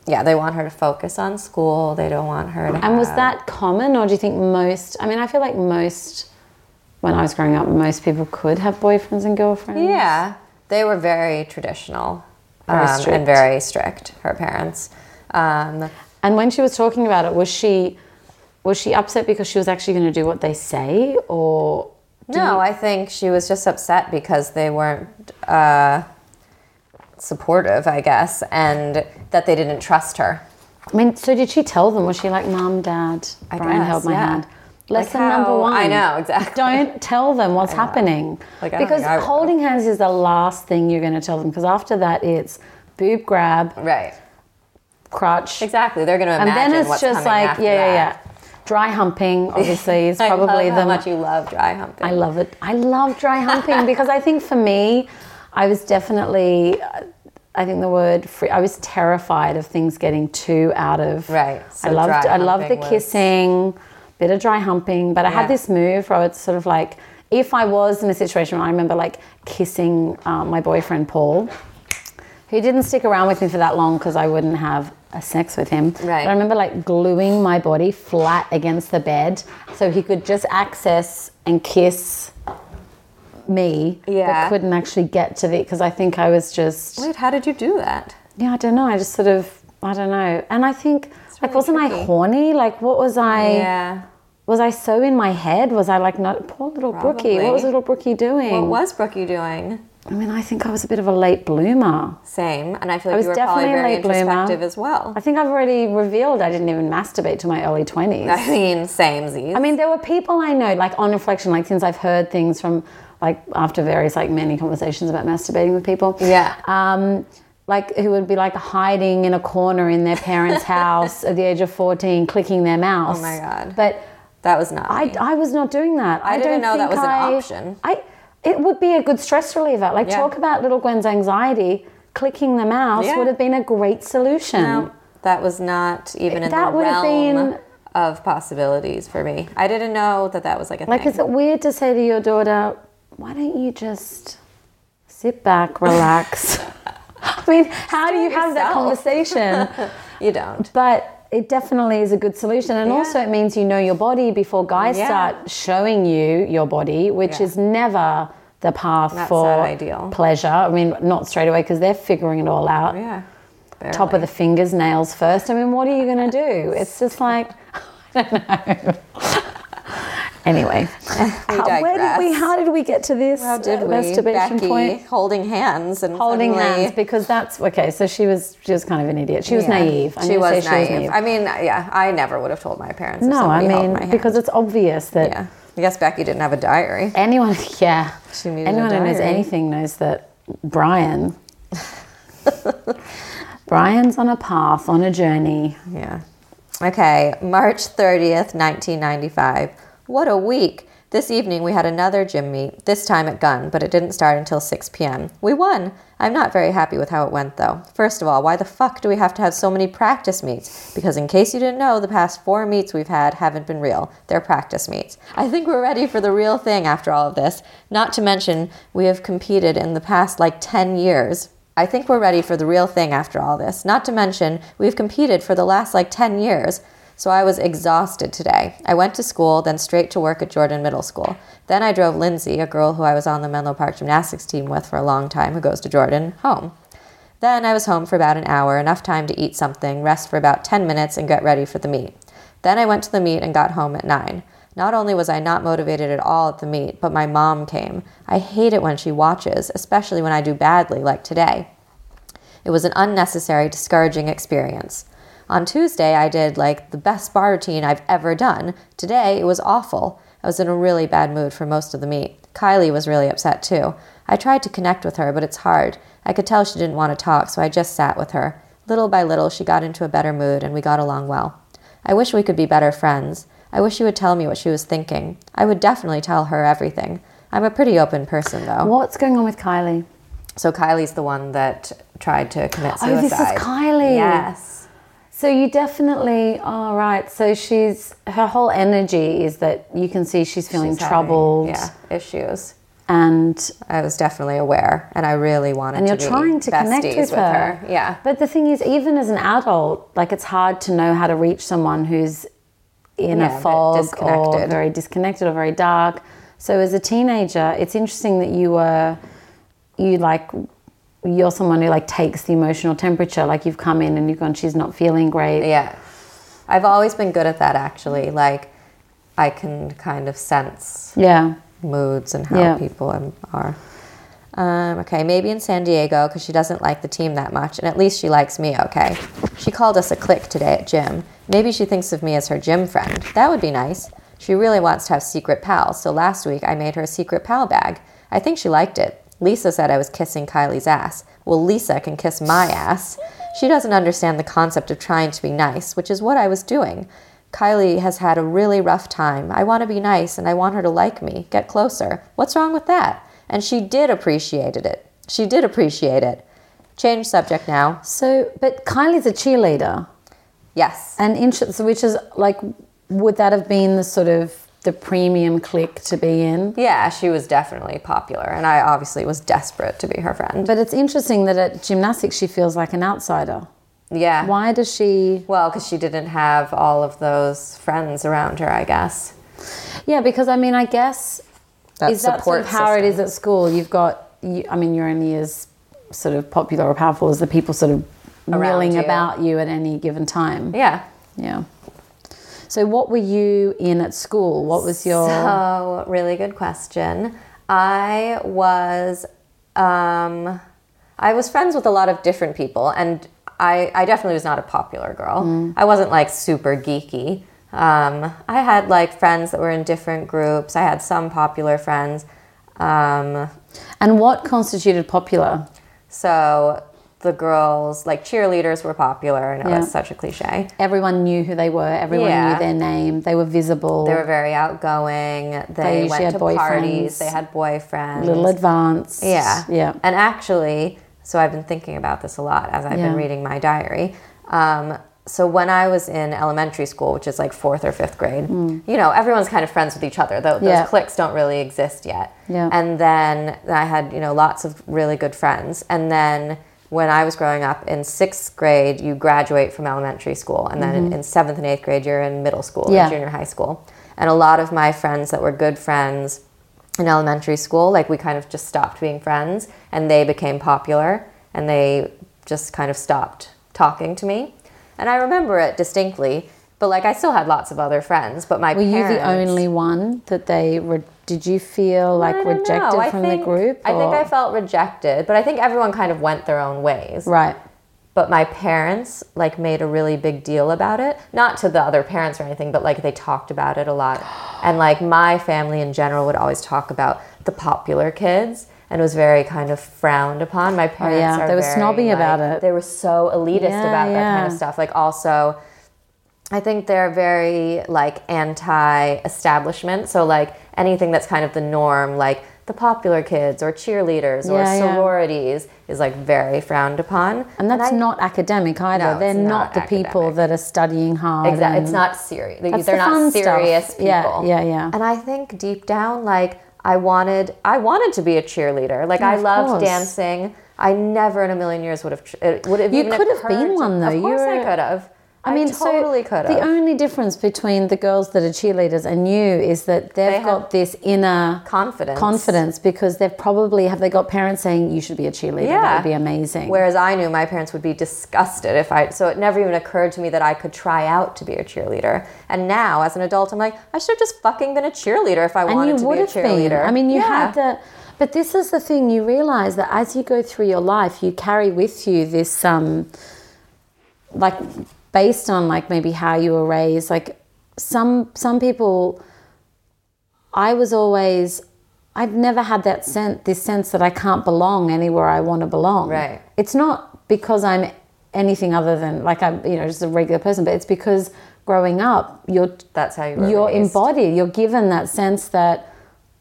Speaker 1: Yeah, they want her to focus on school. They don't want her to.
Speaker 2: And was
Speaker 1: have-
Speaker 2: that common, or do you think most? I mean, I feel like most when I was growing up, most people could have boyfriends and girlfriends.
Speaker 1: Yeah, they were very traditional
Speaker 2: Very
Speaker 1: um,
Speaker 2: strict.
Speaker 1: and very strict. Her parents. Um,
Speaker 2: And when she was talking about it, was she was she upset because she was actually going to do what they say, or
Speaker 1: no, I think she was just upset because they weren't uh, supportive, I guess, and that they didn't trust her.
Speaker 2: I mean, so did she tell them? Was she like, "Mom, Dad,
Speaker 1: I
Speaker 2: Brian
Speaker 1: guess,
Speaker 2: held my
Speaker 1: yeah.
Speaker 2: hand"?
Speaker 1: Like
Speaker 2: Lesson
Speaker 1: how-
Speaker 2: number one.
Speaker 1: I know, exactly.
Speaker 2: Don't tell
Speaker 1: [LAUGHS]
Speaker 2: them what's happening
Speaker 1: Like, I don't
Speaker 2: because
Speaker 1: think I would.
Speaker 2: holding hands is the last thing you're going to tell them. Because after that, it's boob grab,
Speaker 1: Right.
Speaker 2: crutch,
Speaker 1: Exactly. They're going to
Speaker 2: and
Speaker 1: imagine
Speaker 2: then it's
Speaker 1: what's
Speaker 2: just
Speaker 1: coming
Speaker 2: like,
Speaker 1: after
Speaker 2: yeah, yeah,
Speaker 1: that.
Speaker 2: yeah. Dry humping, obviously,
Speaker 1: [LAUGHS]
Speaker 2: is
Speaker 1: I love
Speaker 2: probably
Speaker 1: how
Speaker 2: the
Speaker 1: much you love dry humping.
Speaker 2: I love it. I love
Speaker 1: [LAUGHS]
Speaker 2: dry humping because I think for me, I was definitely, uh, I think the word, free, I was terrified of things getting too out of.
Speaker 1: Right, so
Speaker 2: I loved,
Speaker 1: dry
Speaker 2: I loved the
Speaker 1: humping was-
Speaker 2: kissing, bit of dry humping, but I
Speaker 1: Yeah.
Speaker 2: had this move where it's sort of like, if I was in a situation where I remember like kissing um, my boyfriend Paul, who didn't stick around with me for that long because I wouldn't have a sex with him.
Speaker 1: Right.
Speaker 2: But I remember like gluing my body flat against the bed so he could just access and kiss me.
Speaker 1: Yeah.
Speaker 2: But couldn't actually get to the because I think I was just
Speaker 1: Wait, how did you do that?
Speaker 2: yeah I don't know I just sort of I don't know and I think like
Speaker 1: really
Speaker 2: wasn't I
Speaker 1: tricky.
Speaker 2: horny like what was I
Speaker 1: yeah.
Speaker 2: was I so in my head was I like not poor little Brookie
Speaker 1: Probably.
Speaker 2: what was little Brookie doing
Speaker 1: What was Brookie doing?
Speaker 2: I mean I think I was a bit of a late bloomer.
Speaker 1: Same. And I feel like
Speaker 2: was
Speaker 1: you were probably
Speaker 2: definitely a
Speaker 1: very
Speaker 2: late bloomer.
Speaker 1: introspective as well.
Speaker 2: I think I've already revealed I didn't even masturbate to my early 20s.
Speaker 1: I mean, same.
Speaker 2: I mean, there were people I know, like on reflection, like since I've heard things from, like after various, like many conversations about masturbating with people.
Speaker 1: Yeah.
Speaker 2: Um, like who would be like hiding in a corner in their
Speaker 1: [LAUGHS]
Speaker 2: parents' house at the age of 14, clicking their mouse.
Speaker 1: Oh my God.
Speaker 2: But
Speaker 1: That was not.
Speaker 2: I,
Speaker 1: me.
Speaker 2: I was not doing that. I,
Speaker 1: didn't
Speaker 2: don't
Speaker 1: know that
Speaker 2: think
Speaker 1: was an
Speaker 2: I-
Speaker 1: option.
Speaker 2: I, it would be a good stress reliever. Like
Speaker 1: Yeah.
Speaker 2: talk about little Gwen's anxiety. Clicking the mouse
Speaker 1: Yeah.
Speaker 2: would have been a great solution.
Speaker 1: No, that was not even in
Speaker 2: That
Speaker 1: the
Speaker 2: would have
Speaker 1: realm
Speaker 2: been-
Speaker 1: of possibilities for me. I didn't know that that was like a
Speaker 2: Like,
Speaker 1: thing.
Speaker 2: is it weird to say to your daughter, why don't you just sit
Speaker 1: [LAUGHS]
Speaker 2: back, relax? I mean, how do you have that
Speaker 1: yourself. [LAUGHS]
Speaker 2: conversation?
Speaker 1: you don't.
Speaker 2: but it definitely is a good solution. And
Speaker 1: Yeah.
Speaker 2: also, it means you know your body before guys
Speaker 1: Yeah.
Speaker 2: start showing you your body, which
Speaker 1: Yeah.
Speaker 2: is never the path
Speaker 1: That's
Speaker 2: for
Speaker 1: not ideal.
Speaker 2: pleasure. I mean, not straight away because they're figuring it all out.
Speaker 1: Yeah.
Speaker 2: Top of the fingers, nails first. I mean, what are you going to do?
Speaker 1: [LAUGHS]
Speaker 2: It's just like, [LAUGHS] I don't know. [LAUGHS]
Speaker 1: [LAUGHS]
Speaker 2: anyway, how, where did we,
Speaker 1: digress.
Speaker 2: how did we get to this
Speaker 1: How did
Speaker 2: uh,
Speaker 1: we?
Speaker 2: masturbation
Speaker 1: Becky
Speaker 2: point?
Speaker 1: holding hands and
Speaker 2: holding
Speaker 1: suddenly-
Speaker 2: hands because that's okay. So she was she was kind of an idiot. She was
Speaker 1: Yeah.
Speaker 2: naive. I'm
Speaker 1: She
Speaker 2: gonna say
Speaker 1: was, naive. I mean, yeah, I never would have told my parents. if
Speaker 2: no, I
Speaker 1: somebody held my
Speaker 2: mean
Speaker 1: hand.
Speaker 2: because it's obvious that
Speaker 1: yeah, I guess Becky didn't have a diary.
Speaker 2: anyone, [LAUGHS] yeah,
Speaker 1: She needed a
Speaker 2: anyone who knows
Speaker 1: diary.
Speaker 2: anything knows that
Speaker 1: [LAUGHS]
Speaker 2: Brian, Brian's on a path, on a journey.
Speaker 1: Yeah. Okay, March 30th, 1995. What a week! This evening we had another gym meet, this time at Gun, but it didn't start until 6 p.m. We won! I'm not very happy with how it went though. First of all, why the fuck do we have to have so many practice meets? Because in case you didn't know, the past four meets we've had haven't been real. They're practice meets. I think we're ready for the real thing after all of this. Not to mention, we have competed in the past like 10 years. I think we're ready for the real thing after all this. Not to mention, we've competed for the last like 10 years. So I was exhausted today. I went to school, then straight to work at Jordan Middle School. Then I drove Lindsay, a girl who I was on the Menlo Park gymnastics team with for a long time, who goes to Jordan, home. Then I was home for about an hour, enough time to eat something, rest for about 10 minutes, and get ready for the meet. Then I went to the meet and got home at 9. Not only was I not motivated at all at the meet, but my mom came. I hate it when she watches, especially when I do badly, like today. It was an unnecessary, discouraging experience. On Tuesday, I did like the best bar routine I've ever done. Today, it was awful. I was in a really bad mood for most of the meet. Kylie was really upset too. I tried to connect with her, but it's hard. I could tell she didn't want to talk, so I just sat with her. Little by little, she got into a better mood and we got along well. I wish we could be better friends. I wish she would tell me what she was thinking. I would definitely tell her everything. I'm a pretty open person, though.
Speaker 2: What's going on with Kylie?
Speaker 1: So Kylie's the one that tried to commit suicide.
Speaker 2: Oh, this is Kylie.
Speaker 1: Yes.
Speaker 2: So you definitely all right. So she's her whole energy is that you can see she's feeling
Speaker 1: She's having,
Speaker 2: troubled
Speaker 1: yeah, issues.
Speaker 2: and
Speaker 1: I was definitely aware, and I really wanted
Speaker 2: and
Speaker 1: to
Speaker 2: you're
Speaker 1: be
Speaker 2: trying to connect
Speaker 1: besties
Speaker 2: with her.
Speaker 1: Yeah.
Speaker 2: But the thing is, even as an adult, like it's hard to know how to reach someone who's in
Speaker 1: Yeah, a
Speaker 2: a
Speaker 1: bit
Speaker 2: fog or
Speaker 1: disconnected.
Speaker 2: very disconnected or very dark. So as a teenager, it's interesting that you were, you like, you're someone who like takes the emotional temperature. Like you've come in and you've gone, she's not feeling great.
Speaker 1: Yeah. I've always been good at that, actually. Like, I can kind of sense
Speaker 2: Yeah.
Speaker 1: moods and how
Speaker 2: Yeah.
Speaker 1: people am- are. Um, okay, maybe in San Diego because she doesn't like the team that much, and at least she likes me, okay? She called us a clique today at gym. Maybe she thinks of me as her gym friend. That would be nice. She really wants to have secret pals, so last week I made her a secret pal bag. I think she liked it. Lisa said I was kissing Kylie's ass. Well, Lisa can kiss my ass. She doesn't understand the concept of trying to be nice, which is what I was doing. Kylie has had a really rough time. I want to be nice and I want her to like me, get closer. What's wrong with that? And she did appreciate it. She did appreciate it. Change subject now.
Speaker 2: So, but Kylie's a cheerleader.
Speaker 1: Yes.
Speaker 2: And interest, which is like, would that have been the sort of the premium click to be in?
Speaker 1: Yeah, she was definitely popular, and I obviously was desperate to be her friend.
Speaker 2: But it's interesting that at gymnastics she feels like an outsider.
Speaker 1: Yeah.
Speaker 2: Why does she?
Speaker 1: Well, because she didn't have all of those friends around her, I guess.
Speaker 2: Yeah, because I mean, I guess
Speaker 1: That
Speaker 2: is that sort of how it is at school. You've got, you, I mean, you're only as sort of popular or powerful as the people sort of
Speaker 1: Around
Speaker 2: milling
Speaker 1: you.
Speaker 2: about you at any given time.
Speaker 1: Yeah.
Speaker 2: Yeah. So, what were you in at school? What was your?
Speaker 1: So, really good question. I was, um, I was friends with a lot of different people, and I, I definitely was not a popular girl.
Speaker 2: Mm.
Speaker 1: I wasn't like super geeky. Um, I had like friends that were in different groups. I had some popular friends. Um,
Speaker 2: and what constituted popular?
Speaker 1: so the girls, like cheerleaders, were popular. I know
Speaker 2: Yeah.
Speaker 1: that's such a cliche.
Speaker 2: Everyone knew who they were. Everyone
Speaker 1: Yeah.
Speaker 2: knew their name. They were visible.
Speaker 1: They were very outgoing. They,
Speaker 2: usually
Speaker 1: went
Speaker 2: had
Speaker 1: to parties.
Speaker 2: boyfriends.
Speaker 1: They had boyfriends.
Speaker 2: little advanced.
Speaker 1: Yeah.
Speaker 2: Yeah.
Speaker 1: And actually, so I've been thinking about this a lot as I've been
Speaker 2: Yeah.
Speaker 1: reading my diary. Um, so when I was in elementary school, which is like fourth or fifth grade, you know, everyone's kind of friends with each other. Though those
Speaker 2: Hmm. Yeah.
Speaker 1: cliques don't really exist yet.
Speaker 2: Yeah.
Speaker 1: And then I had, you know, lots of really good friends. And then when I was growing up, in sixth grade, you graduate from elementary school, and then in seventh and eighth grade, you're in middle school
Speaker 2: Mm-hmm. Yeah.
Speaker 1: and junior high school. And a lot of my friends that were good friends in elementary school, like we kind of just stopped being friends, and they became popular, and they just kind of stopped talking to me. And I remember it distinctly, but like I still had lots of other friends, but my
Speaker 2: Were you the
Speaker 1: parents-
Speaker 2: only one that they re- did you feel like
Speaker 1: I don't
Speaker 2: rejected
Speaker 1: know. I
Speaker 2: from
Speaker 1: think-
Speaker 2: the group?
Speaker 1: I think
Speaker 2: or-
Speaker 1: I felt rejected, but I think everyone kind of went their own ways.
Speaker 2: right.
Speaker 1: But my parents like made a really big deal about it. Not to the other parents or anything, but like they talked about it a
Speaker 2: [GASPS]
Speaker 1: lot. And like my family in general would always talk about the popular kids and was very kind of frowned upon. My parents
Speaker 2: Oh, yeah.
Speaker 1: are
Speaker 2: They were
Speaker 1: very,
Speaker 2: snobby
Speaker 1: like-
Speaker 2: about it.
Speaker 1: They were so elitist
Speaker 2: Yeah,
Speaker 1: about that kind
Speaker 2: yeah.
Speaker 1: of stuff. Like also I think they're very like anti-establishment. So like anything that's kind of the norm, like the popular kids or cheerleaders or
Speaker 2: Yeah, yeah.
Speaker 1: sororities, is like very frowned upon.
Speaker 2: And that's
Speaker 1: I-
Speaker 2: not academic either.
Speaker 1: No, it's
Speaker 2: They're
Speaker 1: not
Speaker 2: not, the people
Speaker 1: academic.
Speaker 2: that are studying hard.
Speaker 1: Exactly.
Speaker 2: and-
Speaker 1: It's not serious.
Speaker 2: That's
Speaker 1: They're
Speaker 2: the fun
Speaker 1: not
Speaker 2: stuff.
Speaker 1: serious people.
Speaker 2: Yeah, yeah, yeah.
Speaker 1: And I think deep down, like I wanted, I wanted to be a cheerleader. Like I
Speaker 2: of
Speaker 1: loved
Speaker 2: course.
Speaker 1: dancing. I never in a million years would have. ch- It would have.
Speaker 2: You
Speaker 1: even
Speaker 2: could have been
Speaker 1: occurred to-
Speaker 2: one, though.
Speaker 1: Of course,
Speaker 2: You're
Speaker 1: I
Speaker 2: a-
Speaker 1: could have.
Speaker 2: I mean, so
Speaker 1: totally could
Speaker 2: The
Speaker 1: have.
Speaker 2: only difference between the girls that are cheerleaders and you is that they've
Speaker 1: They have
Speaker 2: got this inner
Speaker 1: Confidence.
Speaker 2: confidence because they've probably have they got parents saying you should be a cheerleader.
Speaker 1: Yeah.
Speaker 2: That would be amazing.
Speaker 1: Whereas I knew my parents would be disgusted if I, so it never even occurred to me that I could try out to be a cheerleader. And now, as an adult, I'm like, I should have just fucking been a cheerleader if I
Speaker 2: and
Speaker 1: wanted
Speaker 2: you
Speaker 1: to
Speaker 2: would
Speaker 1: be a
Speaker 2: have
Speaker 1: cheerleader.
Speaker 2: been. I mean, you
Speaker 1: Yeah.
Speaker 2: had the. But this is the thing. You realize that as you go through your life, you carry with you this, um, like, based on like maybe how you were raised. Like, some some people. I was always. I've never had that sense, this sense that I can't belong anywhere I want to belong.
Speaker 1: Right.
Speaker 2: It's not because I'm anything other than like I'm, you know, just a regular person, but it's because growing up, you're
Speaker 1: That's how you were
Speaker 2: you're
Speaker 1: raised.
Speaker 2: embodied. You're given that sense that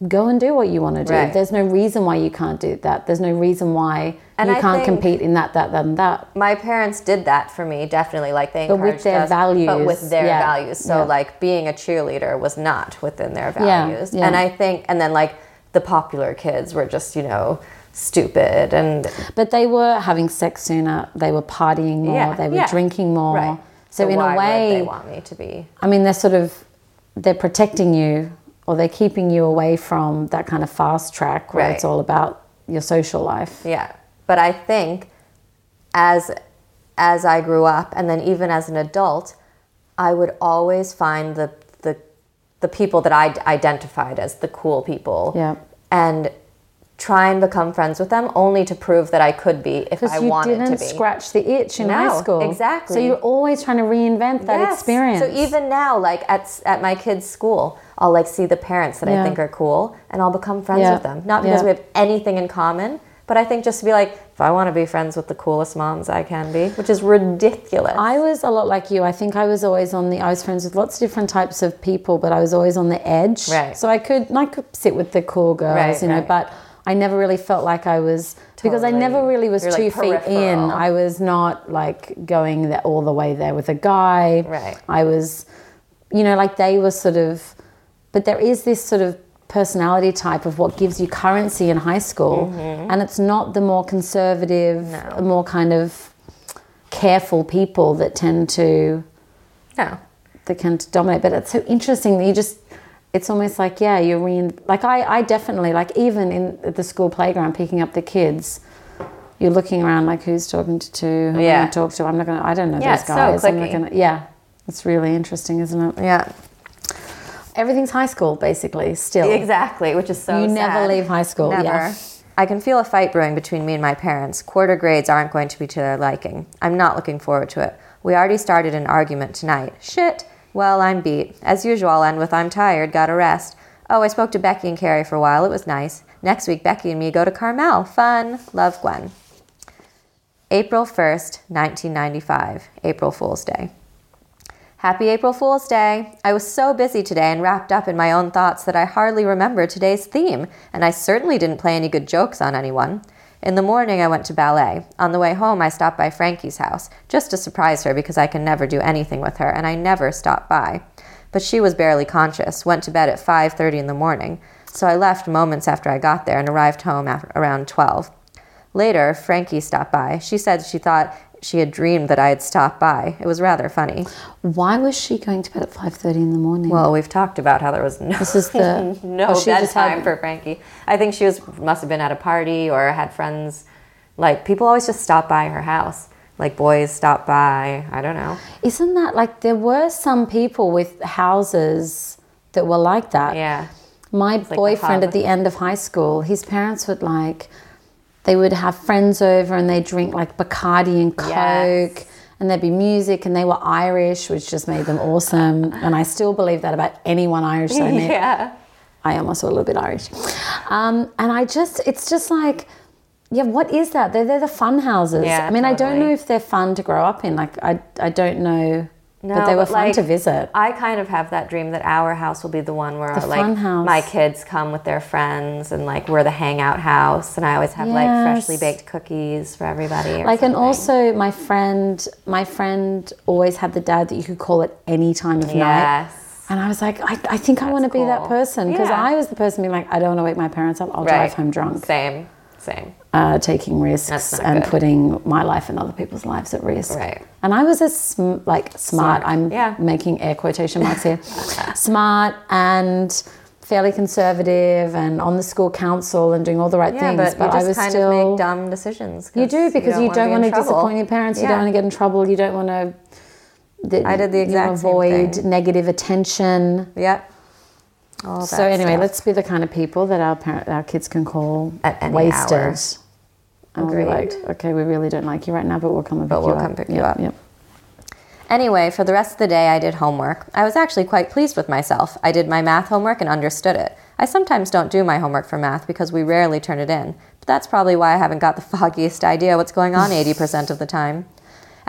Speaker 2: go and do what you want to do.
Speaker 1: Right.
Speaker 2: There's no reason why you can't do that. There's no reason why
Speaker 1: And
Speaker 2: you
Speaker 1: I
Speaker 2: can't
Speaker 1: think-
Speaker 2: compete in that, that, that, and that.
Speaker 1: my parents did that for me definitely like they
Speaker 2: with
Speaker 1: encouraged
Speaker 2: their
Speaker 1: us, but
Speaker 2: values,
Speaker 1: with their
Speaker 2: yeah,
Speaker 1: values so
Speaker 2: yeah.
Speaker 1: like being a cheerleader was not within their
Speaker 2: Yeah,
Speaker 1: values
Speaker 2: yeah.
Speaker 1: and i think and then like the popular kids were just you know stupid and
Speaker 2: But they were having sex sooner. They were partying more.
Speaker 1: Yeah,
Speaker 2: they were
Speaker 1: yeah.
Speaker 2: drinking more.
Speaker 1: right
Speaker 2: So, in
Speaker 1: why
Speaker 2: a
Speaker 1: would
Speaker 2: way,
Speaker 1: they want me to be
Speaker 2: I mean, they're sort of they're protecting you or they're keeping you away from that kind of fast track where
Speaker 1: Right.
Speaker 2: it's all about your social life.
Speaker 1: Yeah. But I think as as I grew up and then even as an adult, I would always find the the the people that I identified as the cool people.
Speaker 2: Yeah.
Speaker 1: And try and become friends with them only to prove that I could be if I
Speaker 2: Because you
Speaker 1: wanted to
Speaker 2: didn't
Speaker 1: be.
Speaker 2: scratch the itch in
Speaker 1: No,
Speaker 2: high school. So
Speaker 1: exactly.
Speaker 2: you're always trying to reinvent that
Speaker 1: Yes.
Speaker 2: experience.
Speaker 1: So even now, like at s- at my kids' school, I'll like see the parents that
Speaker 2: Yeah.
Speaker 1: I think are cool, and I'll become friends
Speaker 2: Yeah.
Speaker 1: with them. Not because
Speaker 2: Yeah.
Speaker 1: we have anything in common, but I think just to be like, if I want to be friends with the coolest moms I can be, which is ridiculous.
Speaker 2: I was a lot like you. I think I was always on the. I was friends with lots of different types of people, but I was always on the edge.
Speaker 1: Right.
Speaker 2: So I could, I could sit with the cool girls,
Speaker 1: Right,
Speaker 2: you know,
Speaker 1: right.
Speaker 2: but I never really felt like I was because I
Speaker 1: Totally.
Speaker 2: never really was
Speaker 1: You're,
Speaker 2: two
Speaker 1: like,
Speaker 2: feet in.
Speaker 1: peripheral.
Speaker 2: Um, I was not like going the, all the way there with a guy.
Speaker 1: Right.
Speaker 2: I was, you know, like they were sort of, but there is this sort of personality type of what gives you currency in high school, and it's not the more conservative,
Speaker 1: Mm-hmm. No.
Speaker 2: more kind of careful people that tend to
Speaker 1: no.
Speaker 2: that can dominate. But it's so interesting that you just it's almost like yeah, you're rein like I, I definitely like even in at the school playground picking up the kids, you're looking around like who's talking to who, who am I
Speaker 1: Yeah.
Speaker 2: gonna talk to? I'm not gonna I don't know
Speaker 1: Yeah,
Speaker 2: those
Speaker 1: it's so
Speaker 2: guys. I'm not
Speaker 1: clicky.
Speaker 2: gonna yeah. It's really interesting, isn't it?
Speaker 1: Yeah.
Speaker 2: Everything's high school basically still.
Speaker 1: Exactly, which is so
Speaker 2: Oh. You never
Speaker 1: sad.
Speaker 2: leave high school,
Speaker 1: Never.
Speaker 2: yeah.
Speaker 1: I can feel a fight brewing between me and my parents. Quarter grades aren't going to be to their liking. I'm not looking forward to it. We already started an argument tonight. Shit. Well, I'm beat. As usual, I'll end with I'm tired, got a rest. Oh, I spoke to Becky and Carrie for a while. It was nice. Next week, Becky and me go to Carmel. Fun. Love, Gwen. April 1st, 1995. April Fool's Day. Happy April Fool's Day! I was so busy today and wrapped up in my own thoughts that I hardly remember today's theme, and I certainly didn't play any good jokes on anyone. In the morning, I went to ballet. On the way home, I stopped by Frankie's house, just to surprise her because I can never do anything with her, and I never stop by. But she was barely conscious, went to bed at 5.30 in the morning, so I left moments after I got there and arrived home af around 12. Later, Frankie stopped by. She said she thought she had dreamed that I had stopped by. It was rather funny.
Speaker 2: Why was she going to bed at 5.30 in the morning?
Speaker 1: Well, we've talked about how there was no
Speaker 2: This is the-
Speaker 1: [LAUGHS] no
Speaker 2: Oh, she just
Speaker 1: bedtime
Speaker 2: had-
Speaker 1: for Frankie. I think she was must have been at a party or had friends. Like people always just stop by her house. Like boys stop by. I don't know.
Speaker 2: Isn't that like there were some people with houses that were like that? [LAUGHS]
Speaker 1: Yeah.
Speaker 2: My
Speaker 1: like a
Speaker 2: boyfriend
Speaker 1: hub.
Speaker 2: at the end of high school, his parents would like, they would have friends over and they'd drink like Bacardi and Coke
Speaker 1: Yes.
Speaker 2: and there'd be music and they were Irish, which just made them awesome. And I still believe that about anyone Irish that I met.
Speaker 1: [LAUGHS] Yeah.
Speaker 2: I am also a little bit Irish. Um, and I just, it's just like, yeah, what is that? They're, they're the fun houses.
Speaker 1: Yeah,
Speaker 2: I mean, I don't
Speaker 1: totally.
Speaker 2: know if they're fun to grow up in. Like, I, I don't know, but
Speaker 1: No,
Speaker 2: they were
Speaker 1: but,
Speaker 2: fun
Speaker 1: like,
Speaker 2: to visit.
Speaker 1: I kind of have that dream that our house will be the one where
Speaker 2: The fun
Speaker 1: like
Speaker 2: house.
Speaker 1: my kids come with their friends and like we're the hangout house and I always have like freshly
Speaker 2: Yes.
Speaker 1: baked cookies for everybody. or
Speaker 2: Like, and
Speaker 1: something.
Speaker 2: also my friend, my friend always had the dad that you could call at any time of night.
Speaker 1: yes,
Speaker 2: And I was like, I, I think I want to be that
Speaker 1: cool.
Speaker 2: person because
Speaker 1: Yeah.
Speaker 2: I was the person being like, I don't want to wake my parents up. I'll drive home drunk,
Speaker 1: Same, same.
Speaker 2: uh, taking risks
Speaker 1: That's not
Speaker 2: and
Speaker 1: good.
Speaker 2: putting my life and other people's lives at risk.
Speaker 1: Right.
Speaker 2: And I was a sm- like smart. I'm
Speaker 1: yeah.
Speaker 2: making air quotation marks
Speaker 1: [LAUGHS]
Speaker 2: here. smart and fairly conservative and on the school council and doing all the right
Speaker 1: Yeah,
Speaker 2: things.
Speaker 1: but, you just
Speaker 2: I was
Speaker 1: kind
Speaker 2: still
Speaker 1: of make dumb decisions.
Speaker 2: You do because you
Speaker 1: wanna be
Speaker 2: don't, want to
Speaker 1: in trouble.
Speaker 2: disappoint your parents. You
Speaker 1: Yeah.
Speaker 2: don't want to get in trouble. You don't want to.
Speaker 1: I did the exact same
Speaker 2: avoid
Speaker 1: thing.
Speaker 2: negative attention.
Speaker 1: Yep. All that
Speaker 2: So anyway,
Speaker 1: stuff.
Speaker 2: let's be the kind of people that our parent, our kids can call
Speaker 1: At any
Speaker 2: wasted.
Speaker 1: hour.
Speaker 2: And we'll be
Speaker 1: Agreed.
Speaker 2: like, okay, we really don't like you right now, but we'll come and pick
Speaker 1: we'll
Speaker 2: you up.
Speaker 1: come pick you
Speaker 2: Yep,
Speaker 1: up.
Speaker 2: Yep.
Speaker 1: Anyway, for the rest of the day, I did homework. I was actually quite pleased with myself. I did my math homework and understood it. I sometimes don't do my homework for math because we rarely turn it in, but that's probably why I haven't got the [LAUGHS] foggiest idea what's going on 80% of the time.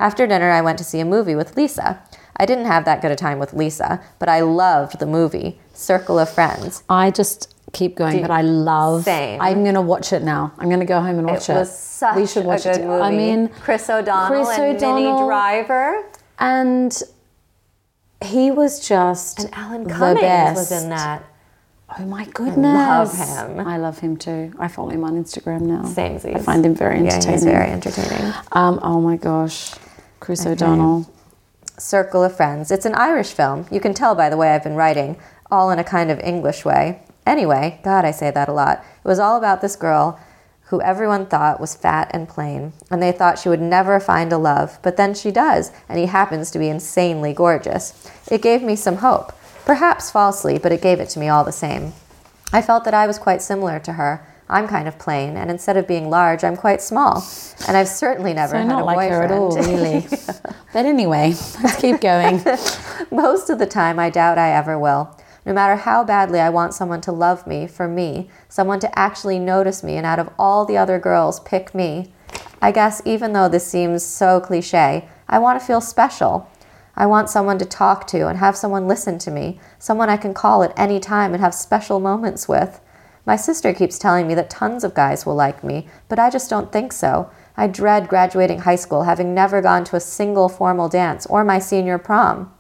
Speaker 1: After dinner, I went to see a movie with Lisa. I didn't have that good a time with Lisa, but I loved the movie, Circle of Friends.
Speaker 2: I just keep going, but I love.
Speaker 1: Same.
Speaker 2: I'm gonna watch it now. I'm gonna go home and watch it.
Speaker 1: It was such
Speaker 2: we should watch
Speaker 1: a good
Speaker 2: it.
Speaker 1: movie.
Speaker 2: I mean,
Speaker 1: Chris O'Donnell
Speaker 2: Chris
Speaker 1: and Minnie
Speaker 2: O'Donnell.
Speaker 1: Driver.
Speaker 2: and he was just
Speaker 1: And Alan
Speaker 2: the
Speaker 1: Cummings was
Speaker 2: best.
Speaker 1: in that.
Speaker 2: Oh my goodness!
Speaker 1: him.
Speaker 2: I love him too. I follow him on Instagram now.
Speaker 1: Same
Speaker 2: I find him very entertaining.
Speaker 1: Yeah, he's very entertaining.
Speaker 2: Um. Oh my gosh, Chris O'Donnell.
Speaker 1: Circle of Friends. It's an Irish film. You can tell by the way I've been writing, all in a kind of English way. Anyway, God, I say that a lot. It was all about this girl who everyone thought was fat and plain, and they thought she would never find a love, but then she does, and he happens to be insanely gorgeous. It gave me some hope. Perhaps falsely, but it gave it to me all the same. I felt that I was quite similar to her. I'm kind of plain, and instead of being large, I'm quite small. And I've certainly never
Speaker 2: They're
Speaker 1: had a
Speaker 2: not like her
Speaker 1: boyfriend.
Speaker 2: at all, [LAUGHS] really. But anyway, let's keep going.
Speaker 1: [LAUGHS] Most of the time, I doubt I ever will. No matter how badly I want someone to love me for me, someone to actually notice me, and out of all the other girls, pick me. I guess even though this seems so cliche, I want to feel special. I want someone to talk to and have someone listen to me, someone I can call at any time and have special moments with. My sister keeps telling me that tons of guys will like me, but I just don't think so. I dread graduating high school, having never gone to a single formal dance or my senior prom.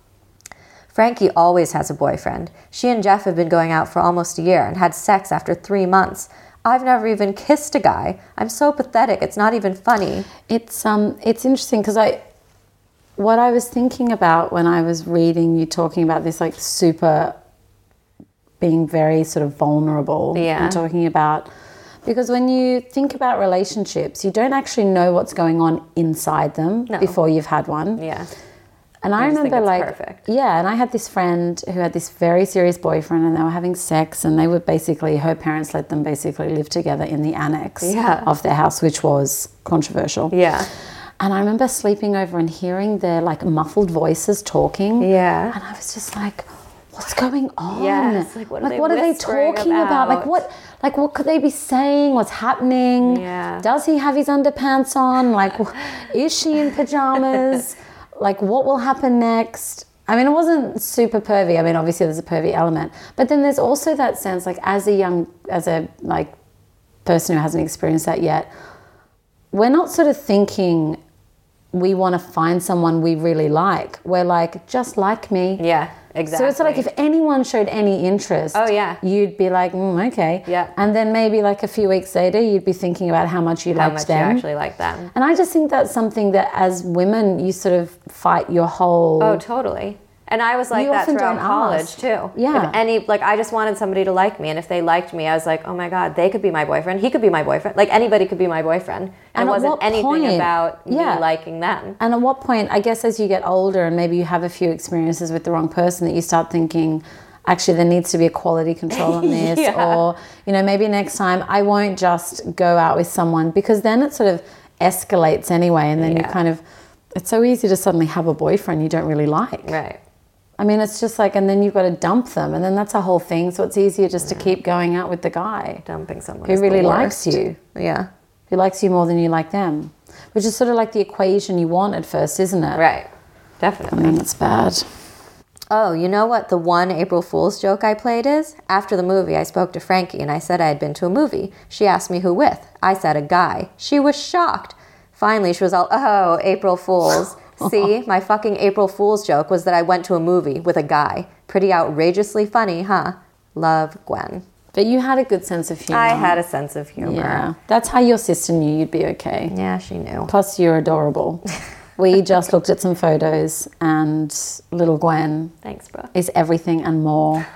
Speaker 1: Frankie always has a boyfriend. She and Jeff have been going out for almost a year and had sex after three months. I've never even kissed a guy. I'm so pathetic, it's not even funny.
Speaker 2: It's um, it's interesting because I, what I was thinking about when I was reading you talking about this, like super, being very sort of vulnerable.
Speaker 1: Yeah.
Speaker 2: And talking about, because when you think about relationships, you don't actually know what's going on inside them
Speaker 1: No.
Speaker 2: before you've had one.
Speaker 1: Yeah.
Speaker 2: And I,
Speaker 1: just think
Speaker 2: remember
Speaker 1: it's
Speaker 2: like
Speaker 1: perfect.
Speaker 2: yeah, and I had this friend who had this very serious boyfriend and they were having sex and they were basically her parents let them basically live together in the annex
Speaker 1: Yeah.
Speaker 2: of their house which was controversial.
Speaker 1: Yeah.
Speaker 2: And I remember sleeping over and hearing their like muffled voices talking.
Speaker 1: Yeah.
Speaker 2: And I was just like What's going on?
Speaker 1: Yes, like, what are they
Speaker 2: what are they
Speaker 1: whispering
Speaker 2: talking about? Like
Speaker 1: about?
Speaker 2: what like what could they be saying? What's happening?
Speaker 1: Yeah.
Speaker 2: Does he have his underpants on? Like, wh- is she in
Speaker 1: [LAUGHS]
Speaker 2: pajamas? like, what will happen next? I mean, it wasn't super pervy. I mean, obviously there's a pervy element, but then there's also that sense, like, as a young, as a like person who hasn't experienced that yet, we're not sort of thinking we want to find someone we really like. We're like, just like me.
Speaker 1: Yeah, exactly.
Speaker 2: So it's like if anyone showed any interest,
Speaker 1: Oh, yeah.
Speaker 2: you'd be like, mm, okay,
Speaker 1: Yeah.
Speaker 2: And then maybe like a few weeks later, you'd be thinking about how much you
Speaker 1: how
Speaker 2: liked
Speaker 1: much
Speaker 2: them.
Speaker 1: you actually like them.
Speaker 2: and I just think that's something that as women, you sort of fight your whole.
Speaker 1: Oh, totally. And I was like
Speaker 2: You
Speaker 1: that
Speaker 2: often
Speaker 1: throughout
Speaker 2: don't
Speaker 1: college
Speaker 2: ask.
Speaker 1: too.
Speaker 2: Yeah.
Speaker 1: If any like I just wanted somebody to like me, and if they liked me, I was like, oh my god, they could be my boyfriend. He could be my boyfriend. Like anybody could be my boyfriend. And,
Speaker 2: And
Speaker 1: it
Speaker 2: at
Speaker 1: wasn't
Speaker 2: what
Speaker 1: anything
Speaker 2: point-
Speaker 1: about
Speaker 2: Yeah.
Speaker 1: me liking them.
Speaker 2: And at what point, I guess, as you get older and maybe you have a few experiences with the wrong person, that you start thinking, actually, there needs to be a quality control on
Speaker 1: [LAUGHS]
Speaker 2: this,
Speaker 1: Yeah.
Speaker 2: or you know, maybe next time I won't just go out with someone because then it sort of escalates anyway, and then you
Speaker 1: Yeah.
Speaker 2: kind of. It's so easy to suddenly have a boyfriend you don't really like.
Speaker 1: Right.
Speaker 2: I mean, it's just like, and then you've got to dump them, and then that's a whole thing. So it's easier just to keep going out with the guy
Speaker 1: Dumping someone.
Speaker 2: who
Speaker 1: is the
Speaker 2: really
Speaker 1: worst.
Speaker 2: likes you
Speaker 1: Yeah.
Speaker 2: who likes you more than you like them, which is sort of like the equation you want at first, isn't it?
Speaker 1: Right.
Speaker 2: I
Speaker 1: Definitely.
Speaker 2: mean, it's bad.
Speaker 1: Oh, you know what the one April Fool's joke I played is? After the movie, I spoke to Frankie and I said I had been to a movie. She asked me who with. I said a guy. She was shocked. Finally, she was all, oh, April [LAUGHS] Fool's. See, my fucking April Fool's joke was that I went to a movie with a guy. Pretty outrageously funny, huh? Love, Gwen.
Speaker 2: But you had a good sense of humor.
Speaker 1: I had a sense of humor.
Speaker 2: Yeah. That's how your sister knew you'd be okay.
Speaker 1: Yeah, she knew.
Speaker 2: Plus, you're
Speaker 1: [LAUGHS]
Speaker 2: adorable. we just looked at some photos, and little Gwen
Speaker 1: Thanks, bro.
Speaker 2: is everything and more.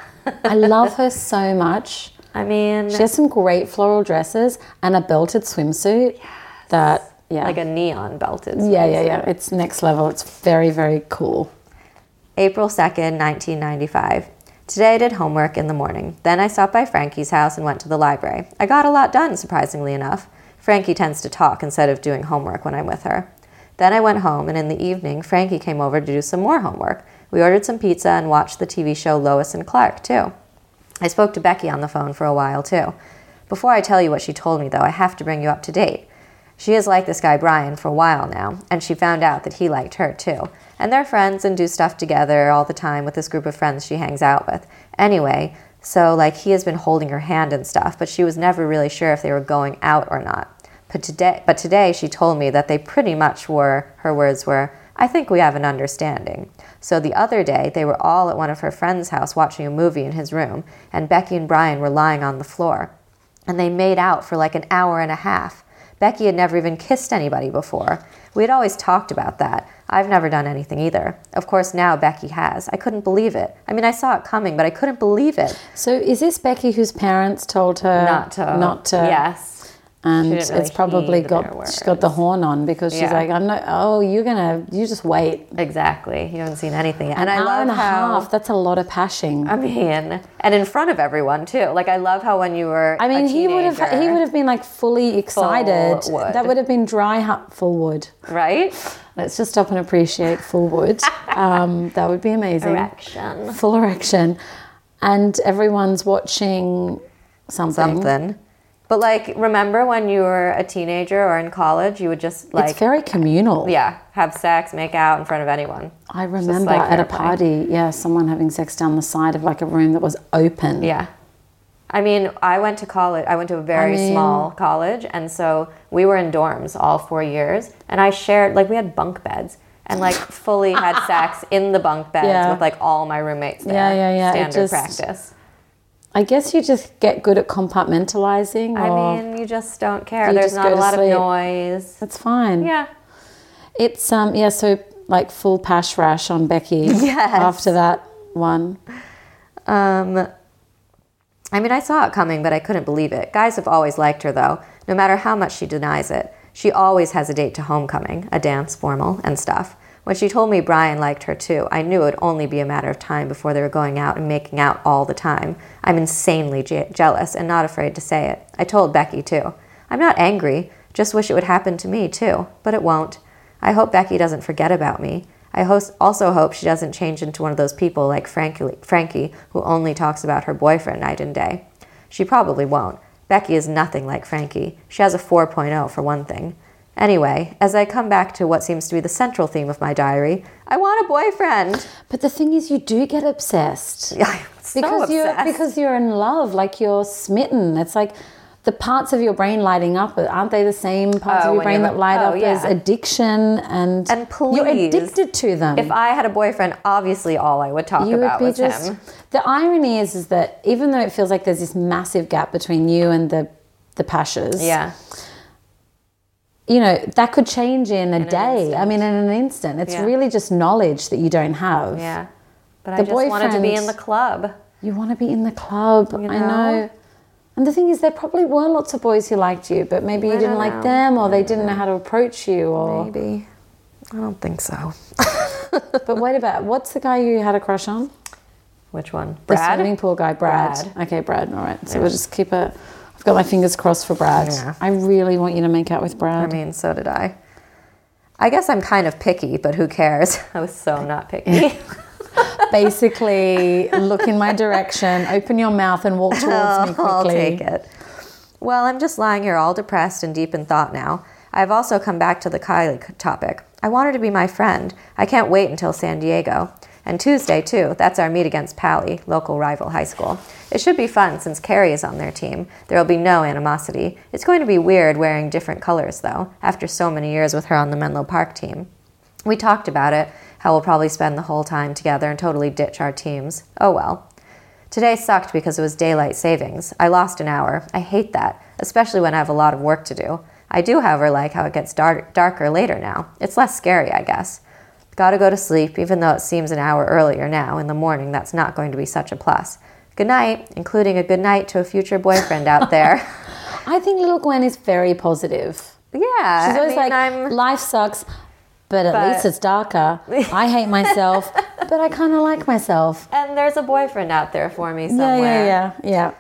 Speaker 2: I love her so much.
Speaker 1: I mean,
Speaker 2: She has some great floral dresses and a belted swimsuit that, yeah.
Speaker 1: like a neon belted.
Speaker 2: yeah, yeah, yeah. It's next level. It's very, very cool.
Speaker 1: April 2nd, 1995. Today I did homework in the morning. Then I stopped by Frankie's house and went to the library. I got a lot done, surprisingly enough. Frankie tends to talk instead of doing homework when I'm with her. Then I went home, and in the evening, Frankie came over to do some more homework. We ordered some pizza and watched the TV show Lois and Clark, too. I spoke to Becky on the phone for a while, too. Before I tell you what she told me, though, I have to bring you up to date. She has liked this guy Brian for a while now, and she found out that he liked her too. And they're friends and do stuff together all the time with this group of friends she hangs out with. Anyway, so like he has been holding her hand and stuff, but she was never really sure if they were going out or not. But today, but today she told me that they pretty much were, her words were, I think we have an understanding. So the other day, they were all at one of her friend's house watching a movie in his room, and Becky and Brian were lying on the floor. And they made out for like an hour and a half. Becky had never even kissed anybody before. We had always talked about that. I've never done anything either. Of course, now Becky has. I couldn't believe it. I mean, I saw it coming, but I couldn't believe it.
Speaker 2: So is this Becky whose parents told her Um, not to?
Speaker 1: Yes.
Speaker 2: and
Speaker 1: didn't really
Speaker 2: it's probably
Speaker 1: heed their
Speaker 2: got she got the horn on because she's
Speaker 1: Yeah.
Speaker 2: like, I'm not. Oh, you're gonna. You just wait.
Speaker 1: Exactly. You haven't seen anything. yet.
Speaker 2: An
Speaker 1: And I
Speaker 2: hour
Speaker 1: love
Speaker 2: and a
Speaker 1: how.
Speaker 2: half. That's a lot of pashing.
Speaker 1: I mean, and in front of everyone too. Like I love how when you were,
Speaker 2: I mean, he would have. He would have been like fully excited.
Speaker 1: wood.
Speaker 2: That would have been dry hut full wood.
Speaker 1: have, right?
Speaker 2: Let's just stop and appreciate full
Speaker 1: [LAUGHS]
Speaker 2: wood. um, that would be amazing.
Speaker 1: Erection.
Speaker 2: Full erection, and everyone's watching something.
Speaker 1: Something. But like, remember when you were a teenager or in college, you would just like,
Speaker 2: it's very communal.
Speaker 1: yeah, have sex, make out in front of anyone.
Speaker 2: I remember
Speaker 1: like
Speaker 2: at a
Speaker 1: airplane.
Speaker 2: party, yeah, someone having sex down the side of like a room that was open.
Speaker 1: Yeah. I mean, I went to college. I went to a very
Speaker 2: mean-
Speaker 1: small college, and so we were in dorms all four years, and I shared like we had bunk beds. And like fully
Speaker 2: [LAUGHS]
Speaker 1: had sex in the bunk beds
Speaker 2: Yeah.
Speaker 1: with like all my roommates there.
Speaker 2: Yeah, yeah, yeah. It
Speaker 1: Standard
Speaker 2: just-
Speaker 1: practice.
Speaker 2: I guess you just get good at compartmentalizing. Or,
Speaker 1: I mean, you just don't care.
Speaker 2: You
Speaker 1: There's
Speaker 2: just
Speaker 1: not
Speaker 2: go
Speaker 1: a
Speaker 2: to
Speaker 1: lot
Speaker 2: sleep.
Speaker 1: of noise.
Speaker 2: that's fine.
Speaker 1: Yeah.
Speaker 2: It's um yeah. So like full pash rash on Becky.
Speaker 1: Yes.
Speaker 2: After that one,
Speaker 1: Um, I mean, I saw it coming, but I couldn't believe it. Guys have always liked her, though, no matter how much she denies it. She always has a date to homecoming, a dance, formal, and stuff. When she told me Brian liked her too, I knew it would only be a matter of time before they were going out and making out all the time. I'm insanely je- jealous and not afraid to say it. I told Becky too. I'm not angry, just wish it would happen to me too, but it won't. I hope Becky doesn't forget about me. I host, also hope she doesn't change into one of those people like Frankie, Frankie, who only talks about her boyfriend night and day. She probably won't. Becky is nothing like Frankie. She has a 4.0 for one thing. Anyway, as I come back to what seems to be the central theme of my diary, I want a boyfriend. [LAUGHS]
Speaker 2: but the thing is, you do get obsessed
Speaker 1: I'm so
Speaker 2: because you're
Speaker 1: obsessed.
Speaker 2: because you're in love. Like you're smitten. It's like the parts of your brain lighting up aren't they the same parts
Speaker 1: Oh,
Speaker 2: of your
Speaker 1: when
Speaker 2: brain
Speaker 1: you're-
Speaker 2: that light
Speaker 1: oh,
Speaker 2: up
Speaker 1: yeah.
Speaker 2: as addiction and
Speaker 1: And
Speaker 2: you're
Speaker 1: please,
Speaker 2: addicted to them.
Speaker 1: If I had a boyfriend, obviously all I would talk
Speaker 2: you would
Speaker 1: about
Speaker 2: be
Speaker 1: was
Speaker 2: just
Speaker 1: him.
Speaker 2: the irony is is that even though it feels like there's this massive gap between you and the the pashas
Speaker 1: Yeah.
Speaker 2: you know that could change in a day i
Speaker 1: instant.
Speaker 2: mean in an instant it's
Speaker 1: Yeah.
Speaker 2: really just knowledge that you don't have
Speaker 1: Yeah. But I
Speaker 2: The
Speaker 1: just wanted to be
Speaker 2: boyfriend-
Speaker 1: in the club.
Speaker 2: you want to be in the club i
Speaker 1: know?
Speaker 2: know and the thing is there probably were lots of boys who liked you but maybe you
Speaker 1: I
Speaker 2: didn't
Speaker 1: don't
Speaker 2: like
Speaker 1: know.
Speaker 2: them or they didn't know how to approach you or
Speaker 1: Maybe. I don't think so.
Speaker 2: but wait about what's the guy you had a crush on
Speaker 1: Which one?
Speaker 2: The
Speaker 1: Brad?
Speaker 2: swimming pool guy, Brad. Okay, Brad. All right. So we'll just keep it. I've got my fingers crossed for Brad.
Speaker 1: Yeah.
Speaker 2: I really want you to make out with
Speaker 1: I
Speaker 2: Brad.
Speaker 1: mean, [LAUGHS] so did I. I guess I'm kind of picky, but who cares? I was so not [LAUGHS] picky.
Speaker 2: Basically, look in my direction, open your mouth, and walk towards
Speaker 1: [LAUGHS]
Speaker 2: me quickly.
Speaker 1: I'll take it. Well, I'm just lying here all depressed and deep in thought now. I've also come back to the Kylie c- topic. I want her to be my friend. I can't wait until San Diego. And Tuesday, too. That's our meet against Pally, local rival high school. It should be fun since Carrie is on their team. There will be no animosity. It's going to be weird wearing different colors, though, after so many years with her on the Menlo Park team. We talked about it, how we'll probably spend the whole time together and totally ditch our teams. Oh well. Today sucked because it was daylight savings. I lost an hour. I hate that, especially when I have a lot of work to do. I do, however, like how it gets dar- darker later now. It's less scary, I guess. Gotta go to sleep, even though it seems an hour earlier now. In the morning, that's not going to be such a plus. Good night, including a good night to a future boyfriend out
Speaker 2: [LAUGHS]
Speaker 1: there.
Speaker 2: I think little Gwen is very positive.
Speaker 1: yeah. I
Speaker 2: She's always
Speaker 1: mean,
Speaker 2: like,
Speaker 1: I'm-
Speaker 2: life sucks, but at
Speaker 1: But-
Speaker 2: least it's
Speaker 1: [LAUGHS]
Speaker 2: darker. I hate myself, but I kind of like myself.
Speaker 1: and there's a boyfriend out there for me somewhere.
Speaker 2: Yeah, yeah, yeah, yeah.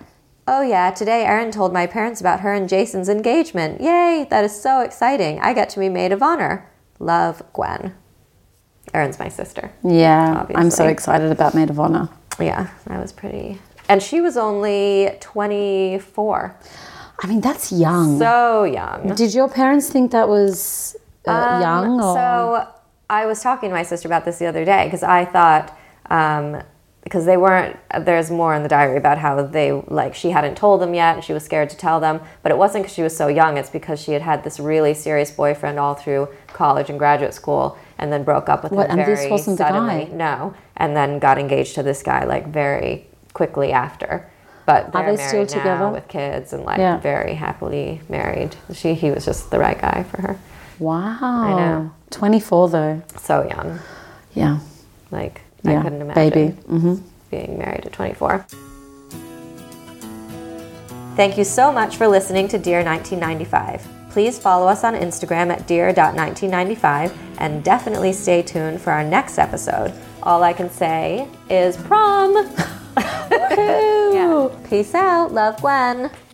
Speaker 1: Oh, yeah, today Erin told my parents about her and Jason's engagement. Yay, that is so exciting. I get to be maid of honor. Love, Gwen. Erin's my sister.
Speaker 2: Yeah, I'm so
Speaker 1: Obviously.
Speaker 2: excited about Maid of Honor.
Speaker 1: Yeah, I was pretty. And she was only 24.
Speaker 2: I mean, that's young.
Speaker 1: So young.
Speaker 2: Did your parents think that was uh,
Speaker 1: Um,
Speaker 2: young? Or?
Speaker 1: So I was talking to my sister about this the other day because I thought um, because they weren't. There's more in the diary about how they like she hadn't told them yet and she was scared to tell them. But it wasn't because she was so young. It's because she had had this really serious boyfriend all through college and graduate school, and then broke up with
Speaker 2: What,
Speaker 1: him
Speaker 2: and this
Speaker 1: very
Speaker 2: wasn't the
Speaker 1: suddenly.
Speaker 2: guy?
Speaker 1: No, and then got engaged to this guy like very quickly after. But they're
Speaker 2: Are they still
Speaker 1: married now
Speaker 2: together?
Speaker 1: with kids and like
Speaker 2: Yeah.
Speaker 1: very happily married. She he was just the right guy for her.
Speaker 2: wow.
Speaker 1: know.
Speaker 2: 24 though.
Speaker 1: So young.
Speaker 2: Yeah.
Speaker 1: Like
Speaker 2: Yeah.
Speaker 1: I couldn't imagine
Speaker 2: Baby. Mm-hmm.
Speaker 1: being married at 24. Thank you so much for listening to Dear 1995. Please follow us on Instagram at dear.1995 and definitely stay tuned for our next episode. All I can [LAUGHS] say is prom. Yeah. Peace out. Love Gwen.